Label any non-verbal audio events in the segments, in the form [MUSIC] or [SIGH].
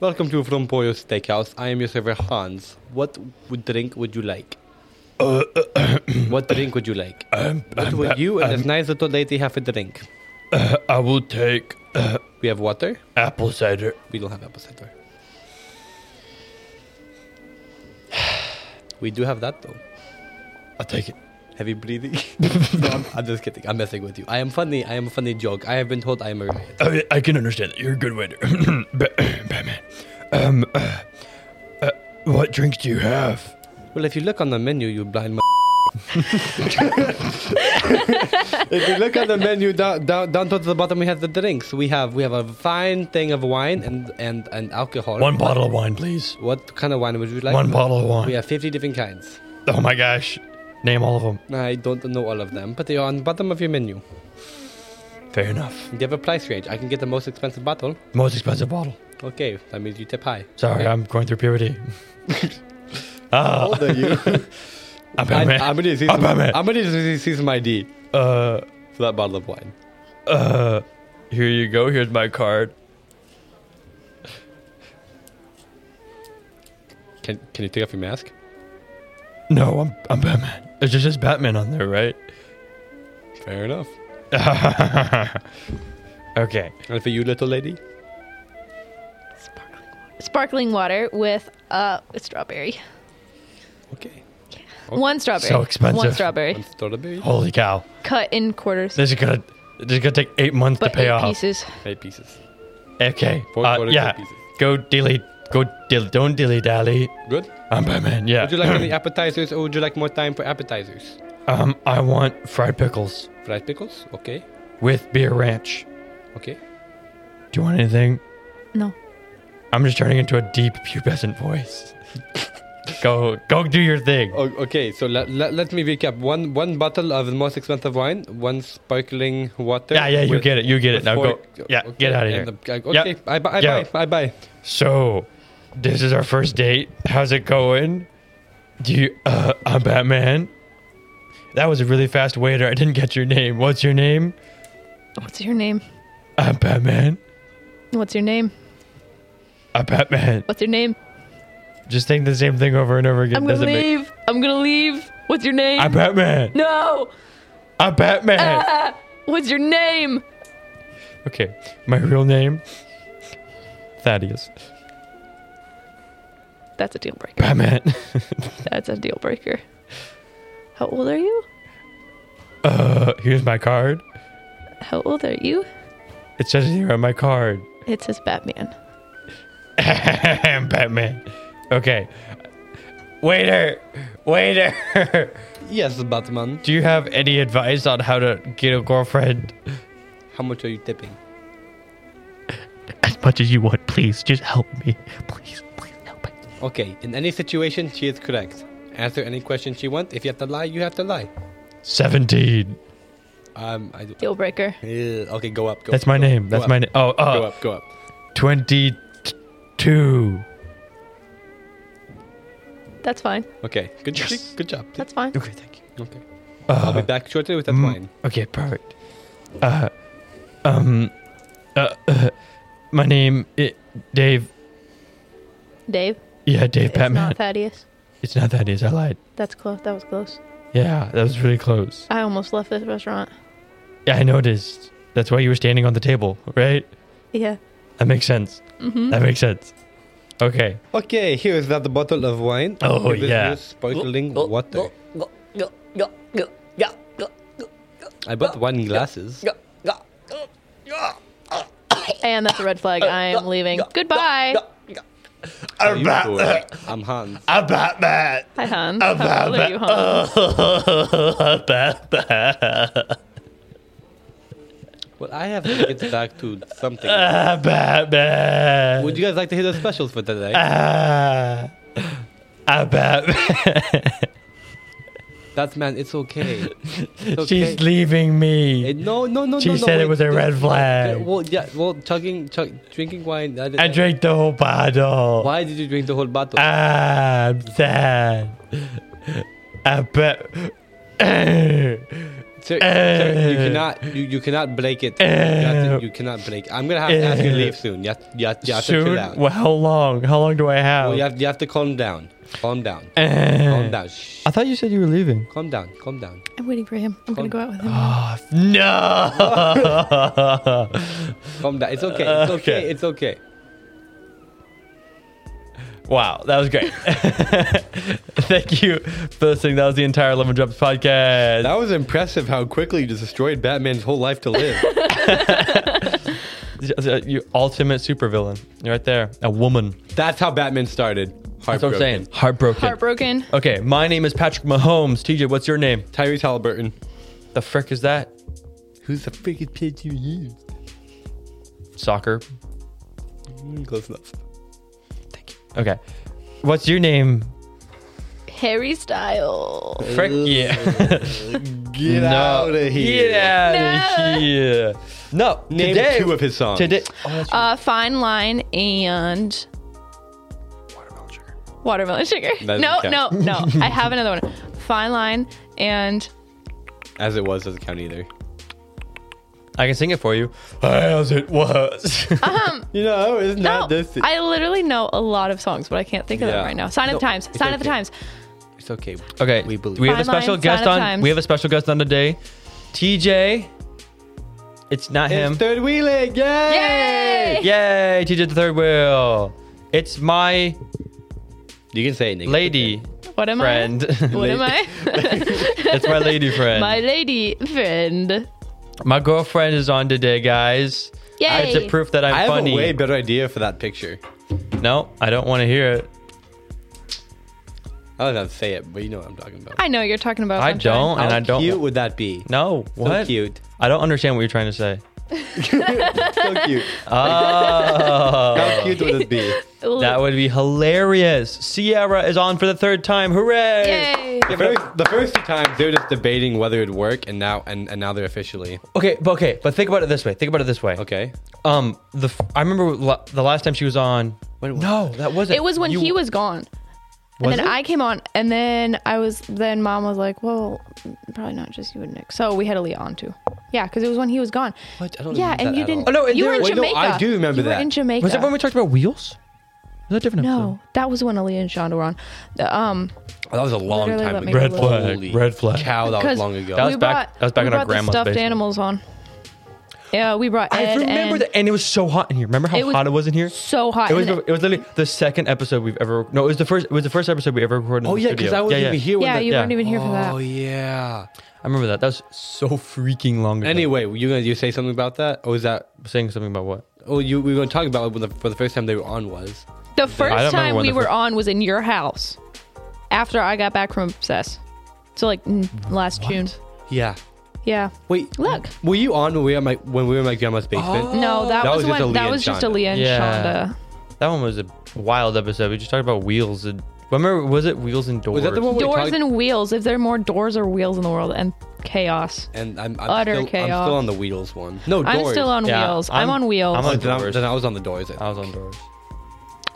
Welcome to From Pollo Steakhouse. I am your server Hans. What would drink would you like? what drink would you like? what would you and this nice little lady have a drink? I will take uh, We have water. apple cider. We don't have apple cider. [SIGHS] we do have that though. I'll take it. Heavy breathing. [LAUGHS] No, I'm, I'm just kidding. I'm messing with you. I am funny. I am a funny joke. I have been told I am a riot. Oh, I, I can understand that. You're a good waiter. [CLEARS THROAT] Ba- Batman. Um, uh, uh, what drinks do you have? Well, if you look on the menu, you blind. [LAUGHS] m- if you look at the menu down, down, down towards the bottom, we have the drinks. We have we have a fine thing of wine and and and alcohol. One bottle of wine, please. What kind of wine would you like? One bottle of wine. We have fifty different kinds. Oh my gosh. Name all of them. I don't know all of them, but they are on the bottom of your menu. Fair enough. You have a price range. I can get the most expensive bottle. Most expensive bottle. Okay, that means you tip high. Sorry, I'm going [LAUGHS] through puberty. Ah, you? I'm I, Batman. am gonna see I'm some, Batman. I'm gonna see, see some ID uh, for that bottle of wine. uh, here you go. Here's my card. Can Can you take off your mask? No, I'm I'm Batman. It just says Batman on there, right? Fair enough. [LAUGHS] okay. And for you, little lady, Sparkling water. Sparkling water with uh, a strawberry. okay. Okay. One strawberry. Oh, So expensive. One strawberry. One strawberry, Holy cow! Cut in quarters. This is gonna this is gonna take eight months but to pay eight off. pieces. eight pieces. Okay. Four uh, quarters, yeah. eight pieces. Go dilly. Go dilly. Don't dilly dally. Good. I'm Batman. Yeah. Would you like any appetizers, or would you like more time for appetizers? um, I want fried pickles Fried pickles. Okay. with beer ranch. Okay. Do you want anything? No. I'm just turning into a deep pubescent voice. [LAUGHS] go, go do your thing. O- okay. So let, let, let me recap. One one bottle of the most expensive wine. One sparkling water. Yeah, yeah, you get it, you get it. Now go. fork. Yeah, Okay, get out of and here. the- uh, Yep. okay. I, bu- I Yeah. buy. I buy. So, this is our first date. How's it going? Do you? Uh, I'm Batman. That was a really fast waiter. I didn't get your name. What's your name? What's your name? I'm Batman. What's your name? I'm Batman. What's your name? Just think the same thing over and over again. I'm gonna doesn't make- leave. I'm gonna leave. What's your name? I'm Batman. no. I'm Batman. Ah! What's your name? Okay, my real name, Thaddeus. That's a deal breaker. Batman. That's a deal breaker. How old are you? Uh, here's my card. How old are you? It says it here on my card. [LAUGHS] It says Batman. I'm Batman. Okay. Waiter, waiter. [LAUGHS] Yes, Batman. Do you have any advice on how to get a girlfriend? How much are you tipping? As much as you want, please. Just help me, please. Please help me. Okay. In any situation, she is correct. Answer any question she wants. If you have to lie, you have to lie. Seventeen. Um. I do. Deal breaker. Ew, Okay. Go up. Go That's up, my go up, name. go That's up, my name. Oh, Go uh, up. Go up. twenty-two. That's fine. Okay. Good. Yes. Good job. That's fine. Okay, thank you. Okay. I'll be Uh, back shortly with that mm, wine. Okay, perfect. Uh, um, uh, uh my name i Dave. Dave. Yeah, Dave it's Batman. not Thaddeus. it's not that easy. I lied. That's close. That was close. Yeah, that was really close. I almost left this restaurant. Yeah, I noticed. That's why you were standing on the table, right? Yeah. That makes sense. Mm-hmm. That makes sense. Okay. Okay, here is that bottle of wine. Oh, Here is yeah. your Sparkling water. I bought wine glasses. And that's a red flag. I am leaving. Goodbye. How you doing? I'm Hans. [LAUGHS] I'm Batman. Hi, Han. How old are you, Han? Well, I have to get back to [LAUGHS] something. I'm Batman. Would you guys like to hear the specials for [LAUGHS] today? Ah, I'm Batman. That's man, it's okay. It's okay. She's leaving me. Eh, no, no, no, She no, no, said it wait, was a this- red flag. Well, yeah, well, chugging, chug, drinking wine. I, did- I drank the whole bottle. Why did you drink the whole bottle? I'm sad. I bet. Sir, sir, you cannot, you, you cannot break it. You, have to- you cannot break. I'm gonna have to ask you to leave soon. You have, you have, you have to chill Soon? out. Well, how long? How long do I have? Well, you have, you have to calm down. Calm down. Eh. Calm down. Shh. I thought you said you were leaving. Calm down. Calm down. I'm waiting for him. I'm gonna go out with him. Oh, [LAUGHS] no. Calm down. It's okay. It's okay. Okay. It's okay. wow, that was great. [LAUGHS] Thank you for listening. That was the entire Lemon Drops podcast. was impressive how quickly you destroyed Batman's whole life to live. Your ultimate supervillain. You're right there. A woman. [LAUGHS] That's how Batman started. That's what I'm saying. Heartbroken. Heartbroken. Heartbroken. okay, my name is Patrick Mahomes. TJ, what's your name? Tyrese Halliburton. The frick is that? Who's the freaking kid you used? Soccer. Mm, Close enough. Okay. What's your name? Harry Styles. Frick [LAUGHS] yeah. Get out of here. Get out of here. No. Name today, two of his songs. Today. Oh, that's Uh, fine line and watermelon sugar. watermelon sugar. doesn't No, no, count. [LAUGHS] no. I have another one. Fine line and As it was doesn't count either. I can sing it for you. As it was. [LAUGHS] You know, it's Uh-huh. no. not this. I literally know a lot of songs, but I can't think of Yeah. them right now. Sign of No, the times. it's Sign of the okay. times. it's okay. okay. We believe. We have a Fine line, special sign guest of on. times. We have a special guest on today. TJ. It's not him. It's third wheeling. Yay! Yay! Yay, TJ the third wheel. It's my You can say it, Nick. lady What am friend. [LAUGHS] I? What am I? it's my lady friend. My My, lady friend. girlfriend is on today, guys. Yay. It's a proof that I'm I have funny. a way better idea for that picture. no, I don't want to hear it. I don't know how to say it, but you know what I'm talking about. I know you're talking about. I I'm trying. don't, and how I don't. cute would that be? No, what? So cute. I don't understand what you're trying to say. So [LAUGHS] cute. Oh, How cute would it [LAUGHS] be? that would be hilarious. Sierra is on for the third time. Hooray! Yay. The first, the first two times they were just debating whether it'd work, and now and, and now they're officially Okay, but okay, but think about it this way. Think about it this way. okay. Um, the f- I remember la- the last time she was on. When was No, that wasn't. It was when You- he was gone. Was and then it? I came on, and then I was. Then mom was like, "Well, probably not just you and Nick." So we had Aaliyah on too. Yeah, because it was when he was gone. What? I don't yeah, remember and that you at didn't. all. Oh, no, and you were there- in wait, no, Jamaica. I do remember you that. Were in Jamaica. Was it when we talked about wheels? Was that a different no, that was when Aaliyah and Shonda were on. The, um, Oh, that was a long Literally time let me ago. Red look. flag, Holy red flag. Cow, Oh, that was 'cause long ago. That was we back- brought- that was back we in our brought the grandma's stuffed basement. animals on. Yeah, we brought. episode? Ed I remember and that, and it was so hot in here. Remember how It was- hot it was in here? So hot. It was, and it was literally the second episode we've ever. No, it was the first. It was the first episode we ever recorded. in oh the yeah, because studio. I wasn't even here when yeah, the, you yeah. weren't even here for Oh that. yeah. I remember that. That was so freaking long ago. Anyway, were you gonna you say something about that, or was that? saying something about what? Oh, you we were gonna talk about when the, for the first time they were on was. The remember first time when we the were fir- on was in your house, after I got back from Obsess. So like mm, last June. Yeah. Yeah. Wait. Look. Oh. Were you on when we were at my when we were in my grandma's basement? No, that, That was was, just when Aaliyah that and was just Shonda. Aaliyah and Yeah. Shonda. That one was a wild episode. We just talked about wheels and. Remember, was it wheels and doors? Was that the one? we doors talked- and wheels. If there are more doors or wheels in the world, and chaos. And I'm, I'm Utter still, I'm chaos. still on the wheels one. No, doors. I'm still on Yeah, wheels. I'm, I'm- on wheels. I'm Oh, on- then, I, doors. then I was on the doors. I I was think. on doors.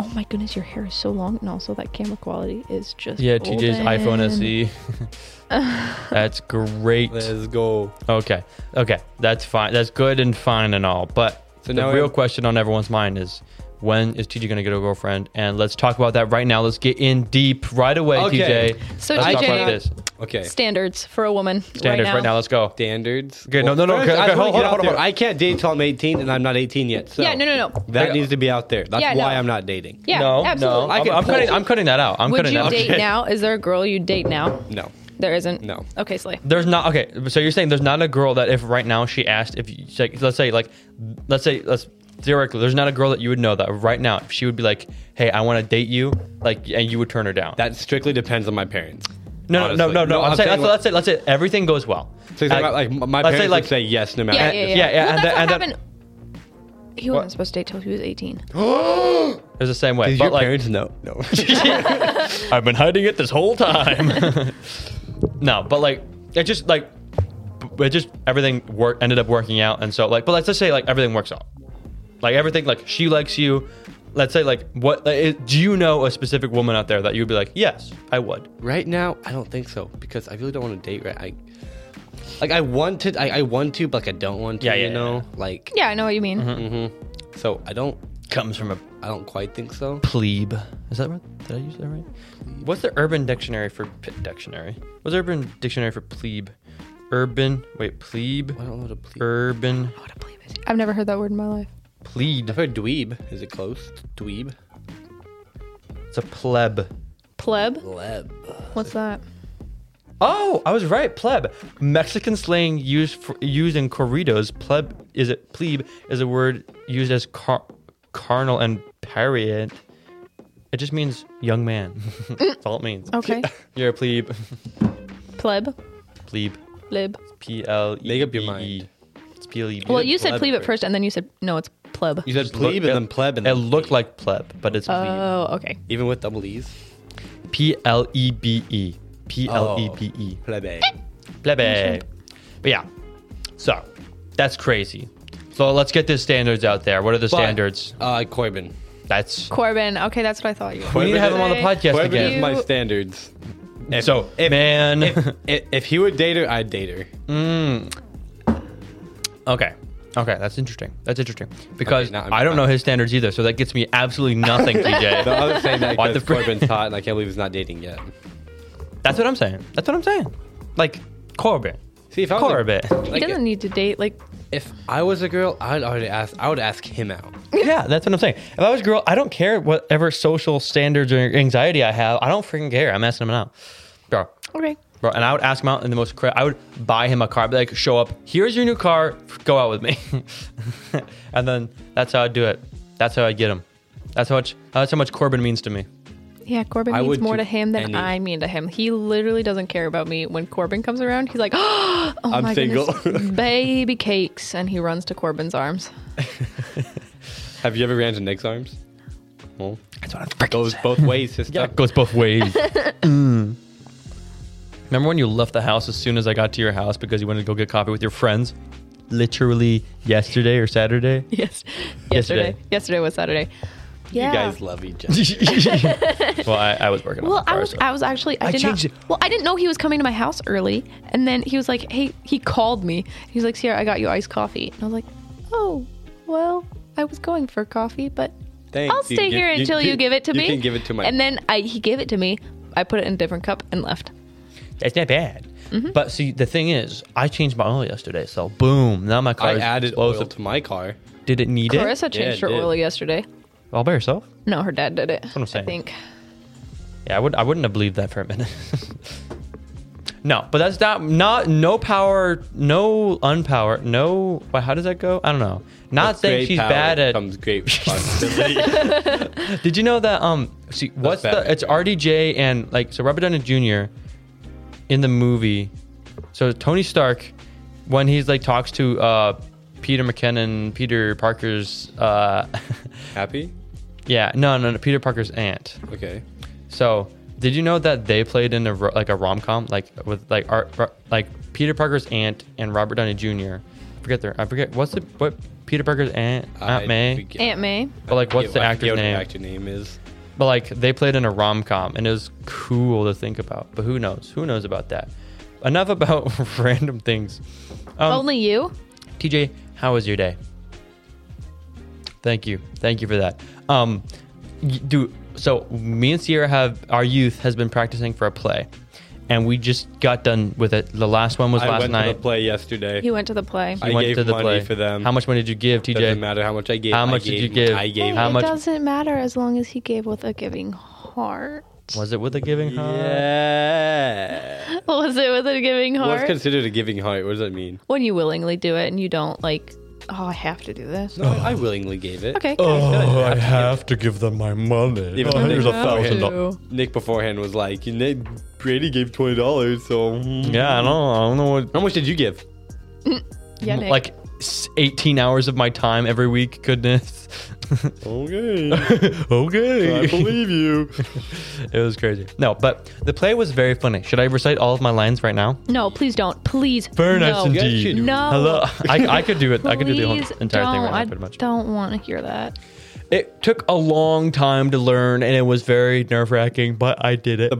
oh my goodness, your hair is so long, and also that camera quality is just Yeah, TJ's iPhone golden. [LAUGHS] SE. That's great. Let's go. Okay. Okay. That's fine. That's good and fine and all. But So the now real we- question on everyone's mind is when is TJ going to get a girlfriend? And let's talk about that right now. Let's get in deep right away, Okay. TJ. So, let's talk TJ about this. Okay. Standards for a woman. Standards right now. Let's go. Standards. Okay, no, no, no, first, okay, I okay, just wanna hold- hold get on, out hold on, there. hold on. I can't date till I'm 18, and I'm not 18 yet. So Yeah, no, no, no. That Okay. needs to be out there. That's Yeah, no. why I'm not dating. Yeah, no, absolutely. no. I'm, can I'm pull. cutting, I'm cutting that out. I'm Would cutting you that [LAUGHS] date out. now? Is there a girl you date now? No. There isn't. No. Okay, Slay. There's not okay. So you're saying there's not a girl that if right now she asked if you, like, let's say like let's say let's theoretically there's not a girl that you would know that right now if she would be like hey I want to date you like and you would turn her down. That strictly depends on my parents. no, no no honestly. no no. I'm, saying, saying let's, say let's say let's say everything goes well. So you're talking about, like, my let's parents say, would like- say yes no matter. Yeah, And- yeah, yeah. yeah, yeah, Well, and that's then- and what then- happened. He wasn't supposed to date till he was 18. It was the same way. Did but your like, parents know? No. [LAUGHS] I've been hiding it this whole [LAUGHS] time. [LAUGHS] no, but like it just like it just everything work ended up working out, and so like but let's just say like everything works out, like everything like she likes you. Let's say like what like, it- do you know a specific woman out there that you'd be like yes I would right now, I don't think so because I really don't want to date. Right. I, Like I wanted, I, I want to, but like I don't want to. Yeah, yeah, you yeah, know, yeah. like Yeah, I know what you mean. Mm-hmm. so I don't, Comes from a I don't quite think so. plebe. Is that right? Did I use that right? What's the urban dictionary for pit dictionary? What's the urban dictionary for plebe? Urban. Wait, plebe. I don't know what a plebe. Urban. I don't believe it. I've never heard that word in my life. Pleed. I've heard dweeb. Is it close? Dweeb. It's a pleb. Pleb? Leb. What's that? Oh, I was right. Pleb. Mexican slang used for, used in corridos. Pleb is it plebe is a word used as car, carnal and period. It just means young man. [LAUGHS] That's all it means. Okay. You're a plebe. [LAUGHS] [LAUGHS] Pleb? plebe. Lib. P L E. Make up your E. mind. It's P L E B. Well, you said pleb plebe at first. first, and then you said, no, it's pleb. You said plebe and then pleb and It then looked plebe. like pleb, but it's plebe. Oh, okay. even with double e's. P L E B E. P L E B E. Plebe. Plebe. But yeah. So that's crazy. So let's get the standards out there. What are the But, standards? Uh, Corbin. That's Corbin. Okay, that's what I thought you were. we need to have him on the Say- podcast Corbin is again. my [LAUGHS] You- standards. If, So if, man, if, if he would date her, I'd date her. [LAUGHS] okay, okay, that's interesting. That's interesting because Okay, now I'm- I don't know his standards either, so that gets me absolutely [LAUGHS] nothing, No, TJ. I was saying [LAUGHS] that Why because the fr- Corbin's hot, and I can't believe he's not dating yet. That's what I'm saying. That's what I'm saying. Like Corbin, See, if I was a- Corbin. He like, doesn't need to date. Like, if I was a girl, I'd already ask. I would ask him out. Yeah, that's what I'm saying. If I was a girl, I don't care whatever social standards or anxiety I have. I don't freaking care. I'm asking him out, bro. okay. Bro, and I would ask him out in the most. Cra- I would buy him a car. I'd be like, show up. Here's your new car. F- Go out with me. [LAUGHS] and then that's how I do it. That's how I get him. That's how much. That's how much Corbin means to me. Yeah, Corbin I means would more do to him than any- I mean to him. He literally doesn't care about me. When Corbin comes around, he's like, [GASPS] "Oh I'm my [LAUGHS] goodness, single. baby cakes," and he runs to Corbin's arms. Have you ever ran to Nick's arms? Well, That's what I'm freaking. goes both ways, [LAUGHS] sister. yeah, it goes both ways. Mm. Remember when you left the house as soon as I got to your house because you wanted to go get coffee with your friends? Literally yesterday or Saturday. [LAUGHS] Yes, Yesterday. yesterday. Yesterday was Saturday. Yeah. You guys love each [LAUGHS] other. well, I, I was working. on well, the I car, was, so- I was actually, I, I did not. changed it. Well, I didn't know he was coming to my house early, and then he was like, "Hey," he called me. He's like, "Sierra, I got you iced coffee," and I was like, "Oh, well, I was going for coffee, but Thanks. I'll You stay gi- here until you, can- give it to you me." can give it to my. And then I, he gave it to me. I put it in a different cup and left. It's not bad. Mm-hmm. But see, the thing is, I changed my oil yesterday, so boom, now my car I is added oil explosive. to my car. Did it need Carissa Yeah, changed it her did. oil yesterday. it all by yourself? No, her dad did it. That's what I'm saying. I think. Yeah, I would. I wouldn't have believed that for a minute. [LAUGHS] no, but that's not not no power, no unpower, no. Wait, how does that go? I don't know. Not With saying great she's power bad at. Comes great [LAUGHS] responsibility. Did you know that? Um, see, what's bad. the? It's RDJ and like so Robert Downey Jr. in the movie. So Tony Stark, when he's like talks to uh, Peter McKinnon, Peter Parker's uh, [LAUGHS] Happy? yeah, no, no, no, Peter Parker's aunt. Okay. So did you know that they played in a ro- like a rom com like with like art like Peter Parker's aunt and Robert Downey Jr. I forget their I forget what's the what Peter Parker's aunt Aunt I May. forget- Aunt May. but like, what's the I forget actor's what name? The actor name is. But like they played in a rom com and it was cool to think about. But who knows? Who knows about that? Enough about [LAUGHS] random things. Um, Only you. TJ, how was your day? Thank you. Thank you for that. Um y- dude, so me and Sierra have our youth has been practicing for a play. And we just got done with it. The last one was I last went night. to the play yesterday. He went to the play. I gave money for them. How much money did you give, TJ? Doesn't matter how much I gave. How I much did gave- you give? I Hey, gave. How it much- doesn't matter as long as he gave with a giving [LAUGHS] heart. Was it with a giving [LAUGHS] heart? Yeah. [LAUGHS] Was it with a giving heart? What's considered a giving heart? What does that mean? when you willingly do it and you don't like, oh, I have to do this. No, Oh. I I willingly gave it. Okay. Oh, I have to give them my money. Even Oh, though they here's a don't thousand have dollars. Nick beforehand was like, "You know, Brady gave twenty dollars, so mm." Yeah, I don't, I don't know what how much did you give? Yeah, Nick. like s- 18 hours of my time every [LAUGHS] week. Goodness. Okay, okay. I [LAUGHS] believe [LAUGHS] you. [LAUGHS] It was crazy. No, but the play was very funny. Should I recite all of my lines right now? no, please don't. Please. Very nice no. indeed. Yes, you do. No. [LAUGHS] Hello. I, I could do it. Please I could do the whole entire don't. thing right I now, pretty much. don't want to hear that. It took a long time to learn, and it was very nerve wracking, but I did it.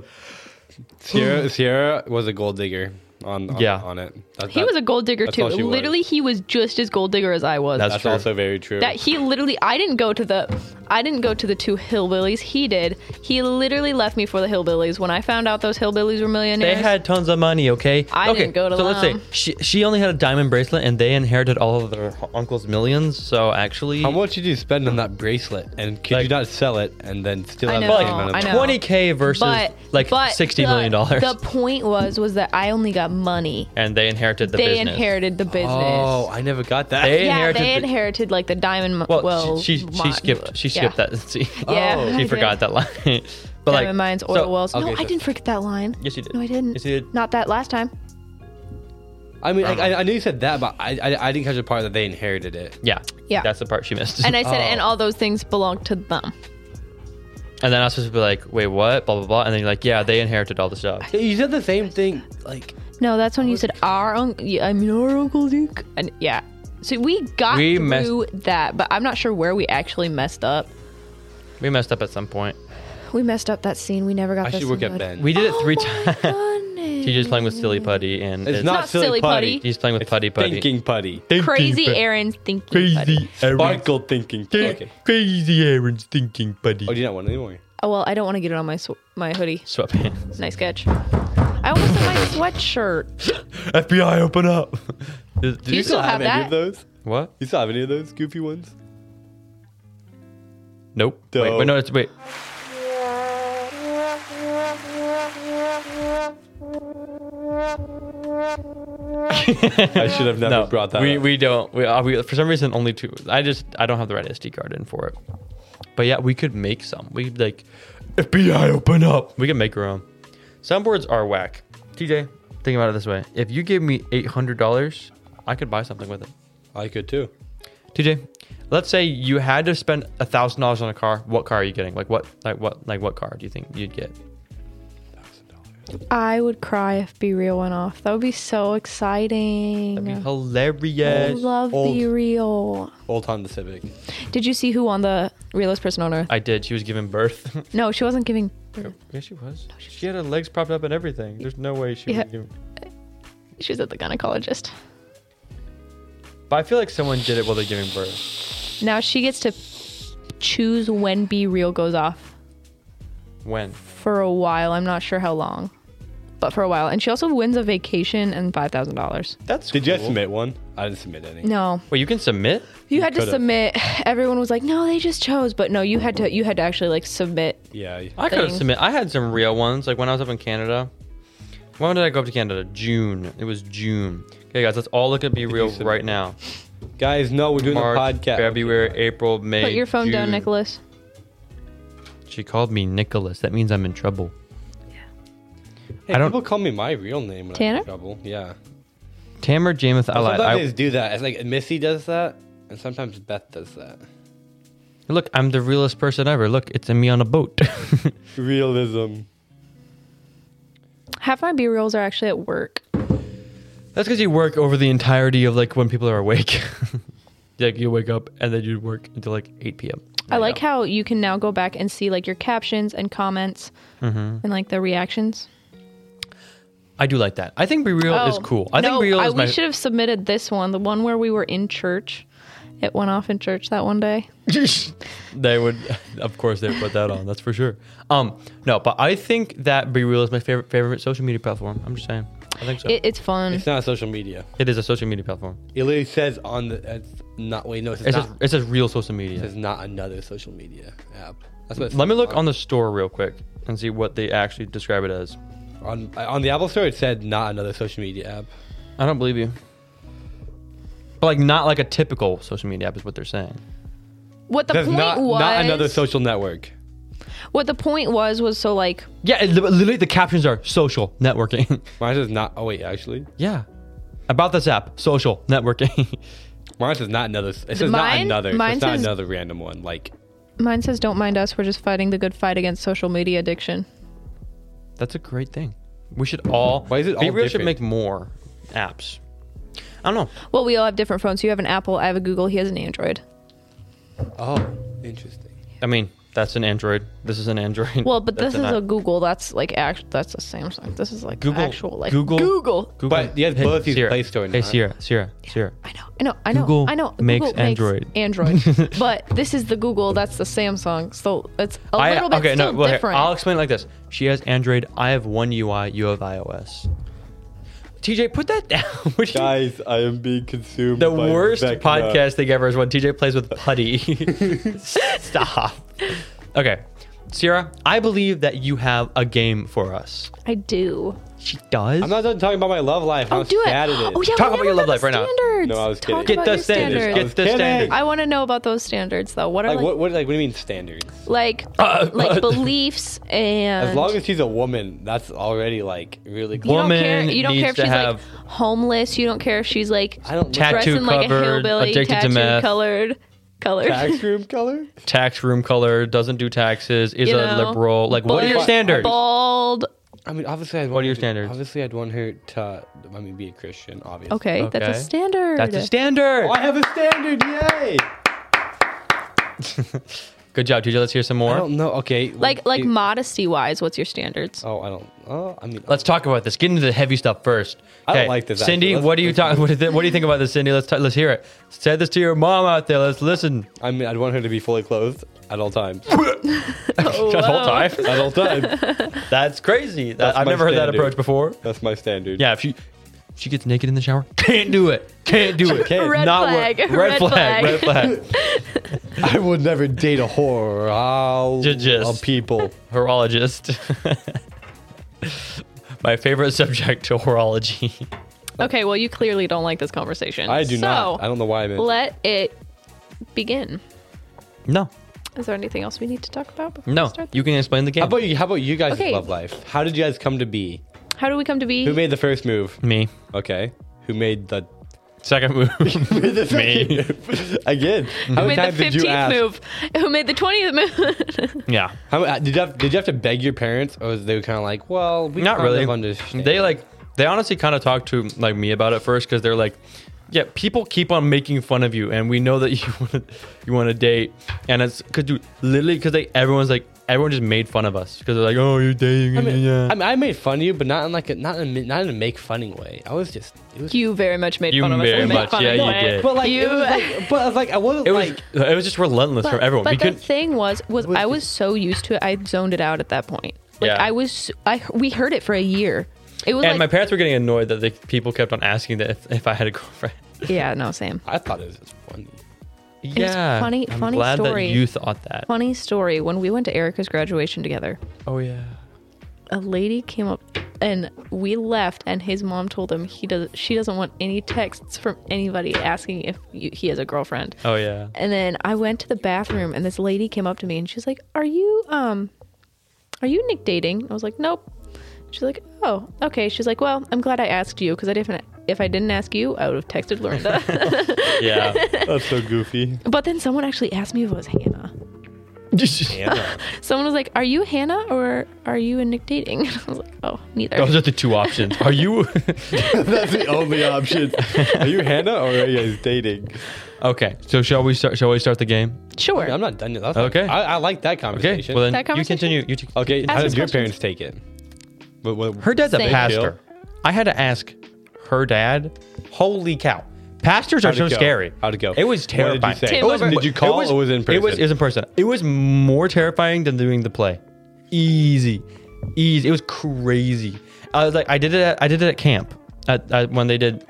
Sierra, Sierra was a gold digger. on, on Yeah. on it. That- He that- was a gold digger that's too. all she was. Literally, he was just as gold digger as I was. That's- That's true. also very true. that he literally, I didn't go to the, I didn't go to the two hillbillies. He did. He literally left me for the hillbillies when I found out those hillbillies were They millionaires. had tons of money, okay? I okay, didn't go to So let's them. say she, she only had a diamond bracelet and they inherited all of their uncle's millions. So actually, How much did you spend on that bracelet? And could you Like- not sell it and then still I have know, the same amount of Oh, I know. money? 20K versus but like but sixty million the- dollars. The point was, was that I only got money. and they inherited the they business. inherited the business. Oh, I never got that. They- yeah, inherited they the- inherited like the diamond. mo- Well, Well, she, she, she mon- skipped she yeah. skipped that. See, [LAUGHS] Yeah, Oh. I she did. forgot that line. [LAUGHS] but like diamond mines, so- oil wells. no, okay, I so- didn't forget that line. Yes, you did. No, I didn't. Yes, you did. Not that last time. I mean, like, I, I knew you said that, but I, I, I didn't catch the part that they inherited it. Yeah, Yeah. That's the part she missed. And I said, Oh. and all those things belong to them. [LAUGHS] And then I was supposed to be like, wait, what? Blah blah blah. And then you're like, yeah, they inherited all the stuff. Yeah, You said the same thing. Like No, that's Oh, when you said our uncle. I mean, our uncle Duke. And yeah, so we got We messed- through that, but I'm not sure where we actually messed up. We messed up at some point. We messed up that scene. We never got. I that should work scene at good. Ben. We did Oh it three my times. [LAUGHS] goodness. Teacher's playing with silly putty, and it's, not, not silly silly putty. putty. He's playing with putty putty. Thinking putty. Crazy Aaron's thinking. buddy. Sparkle thinking. Putty. Okay. Crazy Aaron's thinking putty. Oh, do you not want any more? Oh well, I don't want to get it on my sw- my hoodie. Sweatpants. Nice sketch. I almost have my sweatshirt. FBI, open up. [LAUGHS] Did- did You you- still have any that? of those? what? You still have any of those goofy ones? Nope. Wait, Dope. wait, no, it's wait. I should have never No, brought that. we up. we don't. We, uh, we for some reason only two. I just I don't have the right SD card in for it. But yeah, we could make some. We could, like FBI, open up. We can make our own. Soundboards are whack. TJ, think about it this way: if you gave me eight hundred dollars, I could buy something with it. I could too. TJ, let's say you had to spend a thousand dollars on a car. What car are you getting? Like what? Like what? Like what car do you think you'd get? I would cry if Be Real went off. That would be so exciting. That'd be I hilarious. love old. Be Real. Old Honda Civic. Did you see who won the realest person on earth? I did. She was giving birth. [LAUGHS] no, she wasn't giving. birth. yeah, she was. She had her legs propped up and everything. There's no way she Yeah. would give. She was at the gynecologist. But I feel like someone did it while they're giving birth. Now she gets to choose when Be Real goes off When? for a while. I'm not sure how long, but for a while. And she also wins a vacation and five thousand dollars. That's Did you submit one? I didn't submit any. No, Wait, you can submit? you, had to could've. submit. [SIGHS] Everyone was like, "No, they just chose," but no, you had to. You had to actually like submit. Yeah. I- I could have Thing. submit. I had some real ones. Like when I was up in Canada. When did I go up to Canada? June. It was June. Okay, guys, let's all look at Be Real submit? right now. Guys, no, we're doing March, a podcast. February, April, May. Put your phone down, June. Nicholas. She called me Nicholas. That means I'm in trouble. Hey, I don't- People call me my real name. When I'm Tanner? in trouble. Yeah. Tamara Jameth I lied. Sometimes I- they just do that. It's like Missy does that, and sometimes Beth does that. look, I'm the realest person ever. Look, it's me on a boat. [LAUGHS] Realism. Half my B rolls are actually at work. That's because you work over the entirety of like when people are awake. [LAUGHS] like you wake up and then you work until like 8 p.m. I like how you can now go back and see like your captions and comments and like the reactions. I do like that. I think Be Real is Oh, cool. I no, think Be Real is we my. should have submitted this one, the one where we were in church. It went off in church that one day. they would, [LAUGHS] of course, they would put that on. That's for sure. Um, no, but I think that Be Real is my favorite favorite social media platform. I'm just saying. I think so. It, it's fun. It's not social media. it is a social media platform. It literally says on the. It's not. Wait, no, it's, It not. says it says real social it media. says not another social media app. That's what. it Let me says look on the store real quick and see what they actually describe it as. on on the Apple Store. It said not another social media app. I don't believe you. But like not like a typical social media app is what they're saying. what the It says point not was not another social network. what the point was was so like Yeah, it, literally the captions are social networking. [LAUGHS] Mine says not. Oh wait, actually, yeah. About this app, social networking. mine says not another. It says not Mine- another. mine it's not says- another random one. Like mine says don't mind us we're just fighting the good fight against social media addiction That's a great thing. We should all. Why is it all Be Real should different? make more apps. I don't know. well we all have different phones you have an apple i have a google he has an android oh, interesting. I mean, That's an Android. This is an Android. Well, but That's this is i- a Google. That's like act. That's a Samsung. This is like Google- actual like Google- Google. Google. But yes, both use Sierra. Play Store and Hey, not. Sierra, Sierra, Sierra. I know, I know, I know, Google I know. makes Android. Android, [LAUGHS] but this is the Google. That's the Samsung. So it's a I- little bit okay, still no, well, here, different. I'll explain it like this. She has Android. I have one UI. You have iOS. TJ, put that [LAUGHS] down. would you? Guys, I am being consumed. the by worst Vecna. podcast thing ever is when TJ plays with [LAUGHS] putty. Stop. Okay, Sierra, I believe that you have a game for us. I do. She does. I'm not done talking about my love life. Oh, how do it. sad it is. Oh yeah, Talk we about your never love life got right now. standards. No, I was Talk kidding. Get about the your standards. I Get was the kidding. standards. I want to know about those standards though. What Like are like what, what? Like what do you mean standards? like, [LAUGHS] Uh, like beliefs and As long as she's a woman, that's already like really you [LAUGHS] close. don't care. Woman You don't care needs if to she's have- like homeless. You don't care if she's like I don't Tat- dressed Tattoo in like a covered, hillbilly, addicted to tattooed, meth. colored, colored. [LAUGHS] tax room color. tax room color, doesn't do taxes, is You a know, liberal. Like, what are your blur- standards? Bald. I mean, obviously, I'd What are your want her to- standards? Obviously, I'd want her to. I mean, be a Christian. Obviously. Okay, that's Okay. a standard. That's a standard. Oh, I have a standard. Yay! Good job, TJ. Let's hear some I more. don't know. Okay. Like like it- modesty wise, what's your standards? Oh, I don't. Oh, I mean. Let's talk about this. Get into the heavy stuff first. I don't Okay, like this, Cindy, actually. Let's- what do you let's [LAUGHS] talk? What, is it- what do you think about this, Cindy? Let's ta- let's hear it. Say this to your mom out there. Let's listen. I mean, I'd want her to be fully clothed at all times. [LAUGHS] Oh, [LAUGHS] The whole time. at all times. That's crazy. That- That's I've my never heard that standard. approach before. That's my standard. Yeah, if she if she gets naked in the shower, can't do it. Can't do it. Can't. Red Not flag. work. Red flag. Red flag. Red flag. I would never date a whore. I'll, Ju- just- I'll people. Horologist. [LAUGHS] My favorite subject, horology. Okay, well you clearly don't like this conversation. I do so, not. I don't know why I'm in. Let it begin. No, Is there anything else we need to talk about? Before we no. start You can explain the game. How about you? How about you guys' Okay. love life? How did you guys come to be? this? How do we come to be? Who made the first move? me? Okay. Who made [LAUGHS] the Second [LAUGHS] move. Me. [LAUGHS] again? How who many made the times did you fifteenth ask? move? [LAUGHS] Who made the twentieth move? [LAUGHS] yeah. How, ma- did you have did you have to beg your parents, or was they kind of like, well, we Not kind really. of understand. They like they honestly kind of talked to like me about it first because they're like, yeah, people keep on making fun of you, and we know that [LAUGHS] you want to you want to date, and it's because dude, literally because they everyone's like everyone just made fun of us because they're like, oh, you're dating, I mean, yeah. I, mean, I made fun of you, but not in like a, not in a, not in a make funny way. I was just it was. you very much made You fun of us. very We made much, fun yeah, of you it. did. but like you- it was [LAUGHS] like, but I was like I wasn't it was like it was just relentless from everyone. But we the couldn't. thing was, was I was so used to it, I zoned it out at that point. Like Yeah. I was, I we heard it for a year. It was and my like, parents were getting annoyed that the people kept on asking that if, if I had a girlfriend. yeah, no, same. I thought it was just funny. yeah, funny- I'm funny glad story. that you thought that. Funny story. When we went to Erica's graduation together, Oh yeah. a lady came up and we left, and his mom told him he does, she doesn't want any texts from anybody asking if you, he has a girlfriend. Oh yeah. And then I went to the bathroom, and this lady came up to me, and she's like, "Are you um, are you Nick dating?" I was like, "Nope." She's like, "Oh, okay." She's like, "Well, I'm glad I asked you because I didn't. If I didn't ask you, I would have texted [LAUGHS] Lorinda." Yeah. That's so goofy. but then someone actually asked me if it was Hannah. Hannah. Someone was like, "Are you Hannah or are you and Nick dating?" [LAUGHS] And I was like, "Oh, neither." Those are the two options. Are you [LAUGHS] That's the only [LAUGHS] option. Are you Hannah or are you guys dating? Okay. So shall we start shall we start the game? sure. I'm not done yet. That's Okay. not- I, I like that Okay. conversation. Well then That you conversation? continue. You t- okay. How Ask did us your parents questions. take it? What, what, Her dad's a Same. pastor. I had to ask her dad. Holy cow. Pastors are How'd it so go? scary. How'd it go? It was What did you terrifying. say? It Tim was- over- Did you call it was, or was it in It was, person? it was in person. It was more terrifying than doing the play. Easy, easy. It was crazy. I was like, I did it. At, I did it at camp at, at, when they did.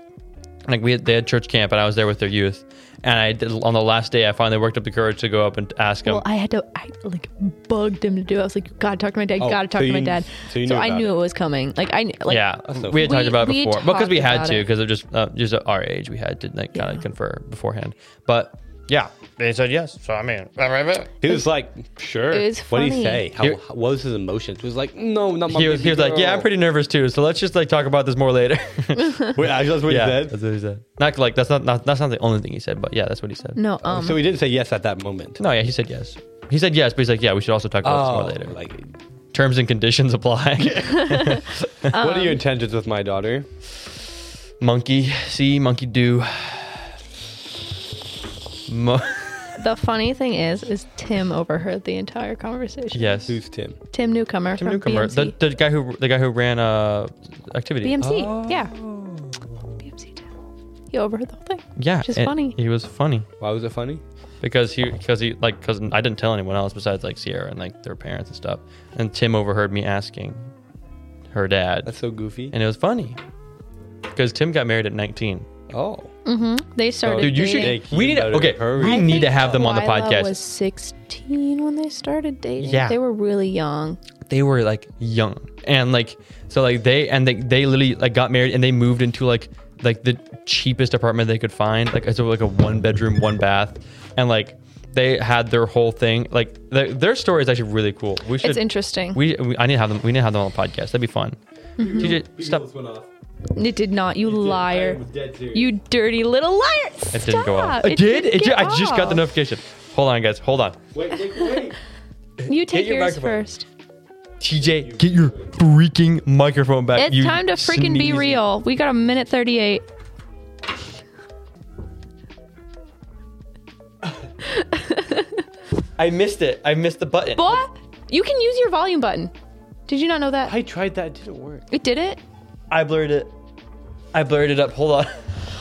Like we had, they had church camp, and I was there with their youth. And I did, on the last day, I finally worked up the courage to go up and ask him. Well, I had to, I like bugged him to do it. I was like, you gotta talk to my dad, Oh, gotta talk so to my you- dad. so you knew I about knew it. it. was coming. Like, I, kn- like, yeah, so we had funny. talked about it We- we before, because we talked had about to, it. because of just uh, just at our age, we had to like kind of Yeah. confer beforehand. But yeah, they said yes, so I mean, He was like, sure. It was What did funny. he say? How, Here- what was his emotions? He was like, no, not my he was, baby he was like, yeah, I'm girl." pretty nervous too. So let's just like talk about this more later. [LAUGHS] Wait, actually, that's what yeah, he said? that's what he said. Not like that's not, not that's not the only thing he said, but yeah, that's what he said. No, um, Oh, so he didn't say yes at that moment. No, yeah, he said yes. He said yes, but he's like, yeah, we should also talk about this more later. Oh, Like, Terms and conditions apply. [LAUGHS] what are Um, your Um, intentions with my daughter? monkey see, monkey do. Mo- The funny thing is, is Tim overheard the entire conversation. Yes. Who's Tim? Tim Newcomer. Tim from Newcomer, the, BMC. the guy who the guy who ran uh activity. BMC. Yeah. BMC Tim. He overheard the whole thing. yeah, Which is and funny. He was funny Why was it funny? because he because he like because I didn't tell anyone else besides like Sierra and like their parents and stuff. And Tim overheard me asking her dad, That's so goofy. and it was funny because Tim got married at 19. Oh, They started. Dude, you dating. should. Thank We you need better okay. hurry. We I need to think have them on the Lila podcast. was 16 when they started dating. Yeah. They were really young. they were like young and like so like they and they they literally like got married and they moved into like like the cheapest apartment they could find like it's like a one bedroom one bath and like they had their whole thing like their their story is actually really cool we should It's interesting. we, we i need to have them we need to have them on the podcast that'd be fun Mm-hmm. TJ, stop it did not. You liar. You dirty little liar. it didn't go off it, did it ju- i just got the notification hold on guys hold on You take your yours microphone. first. tj get your freaking microphone back It's you time to freaking be sneezy. real. We got a minute 38. i missed it i missed the button Boy, you can use your volume button. Did you not know that? I tried that. It didn't work. It did it. i blurred it i blurred it up hold on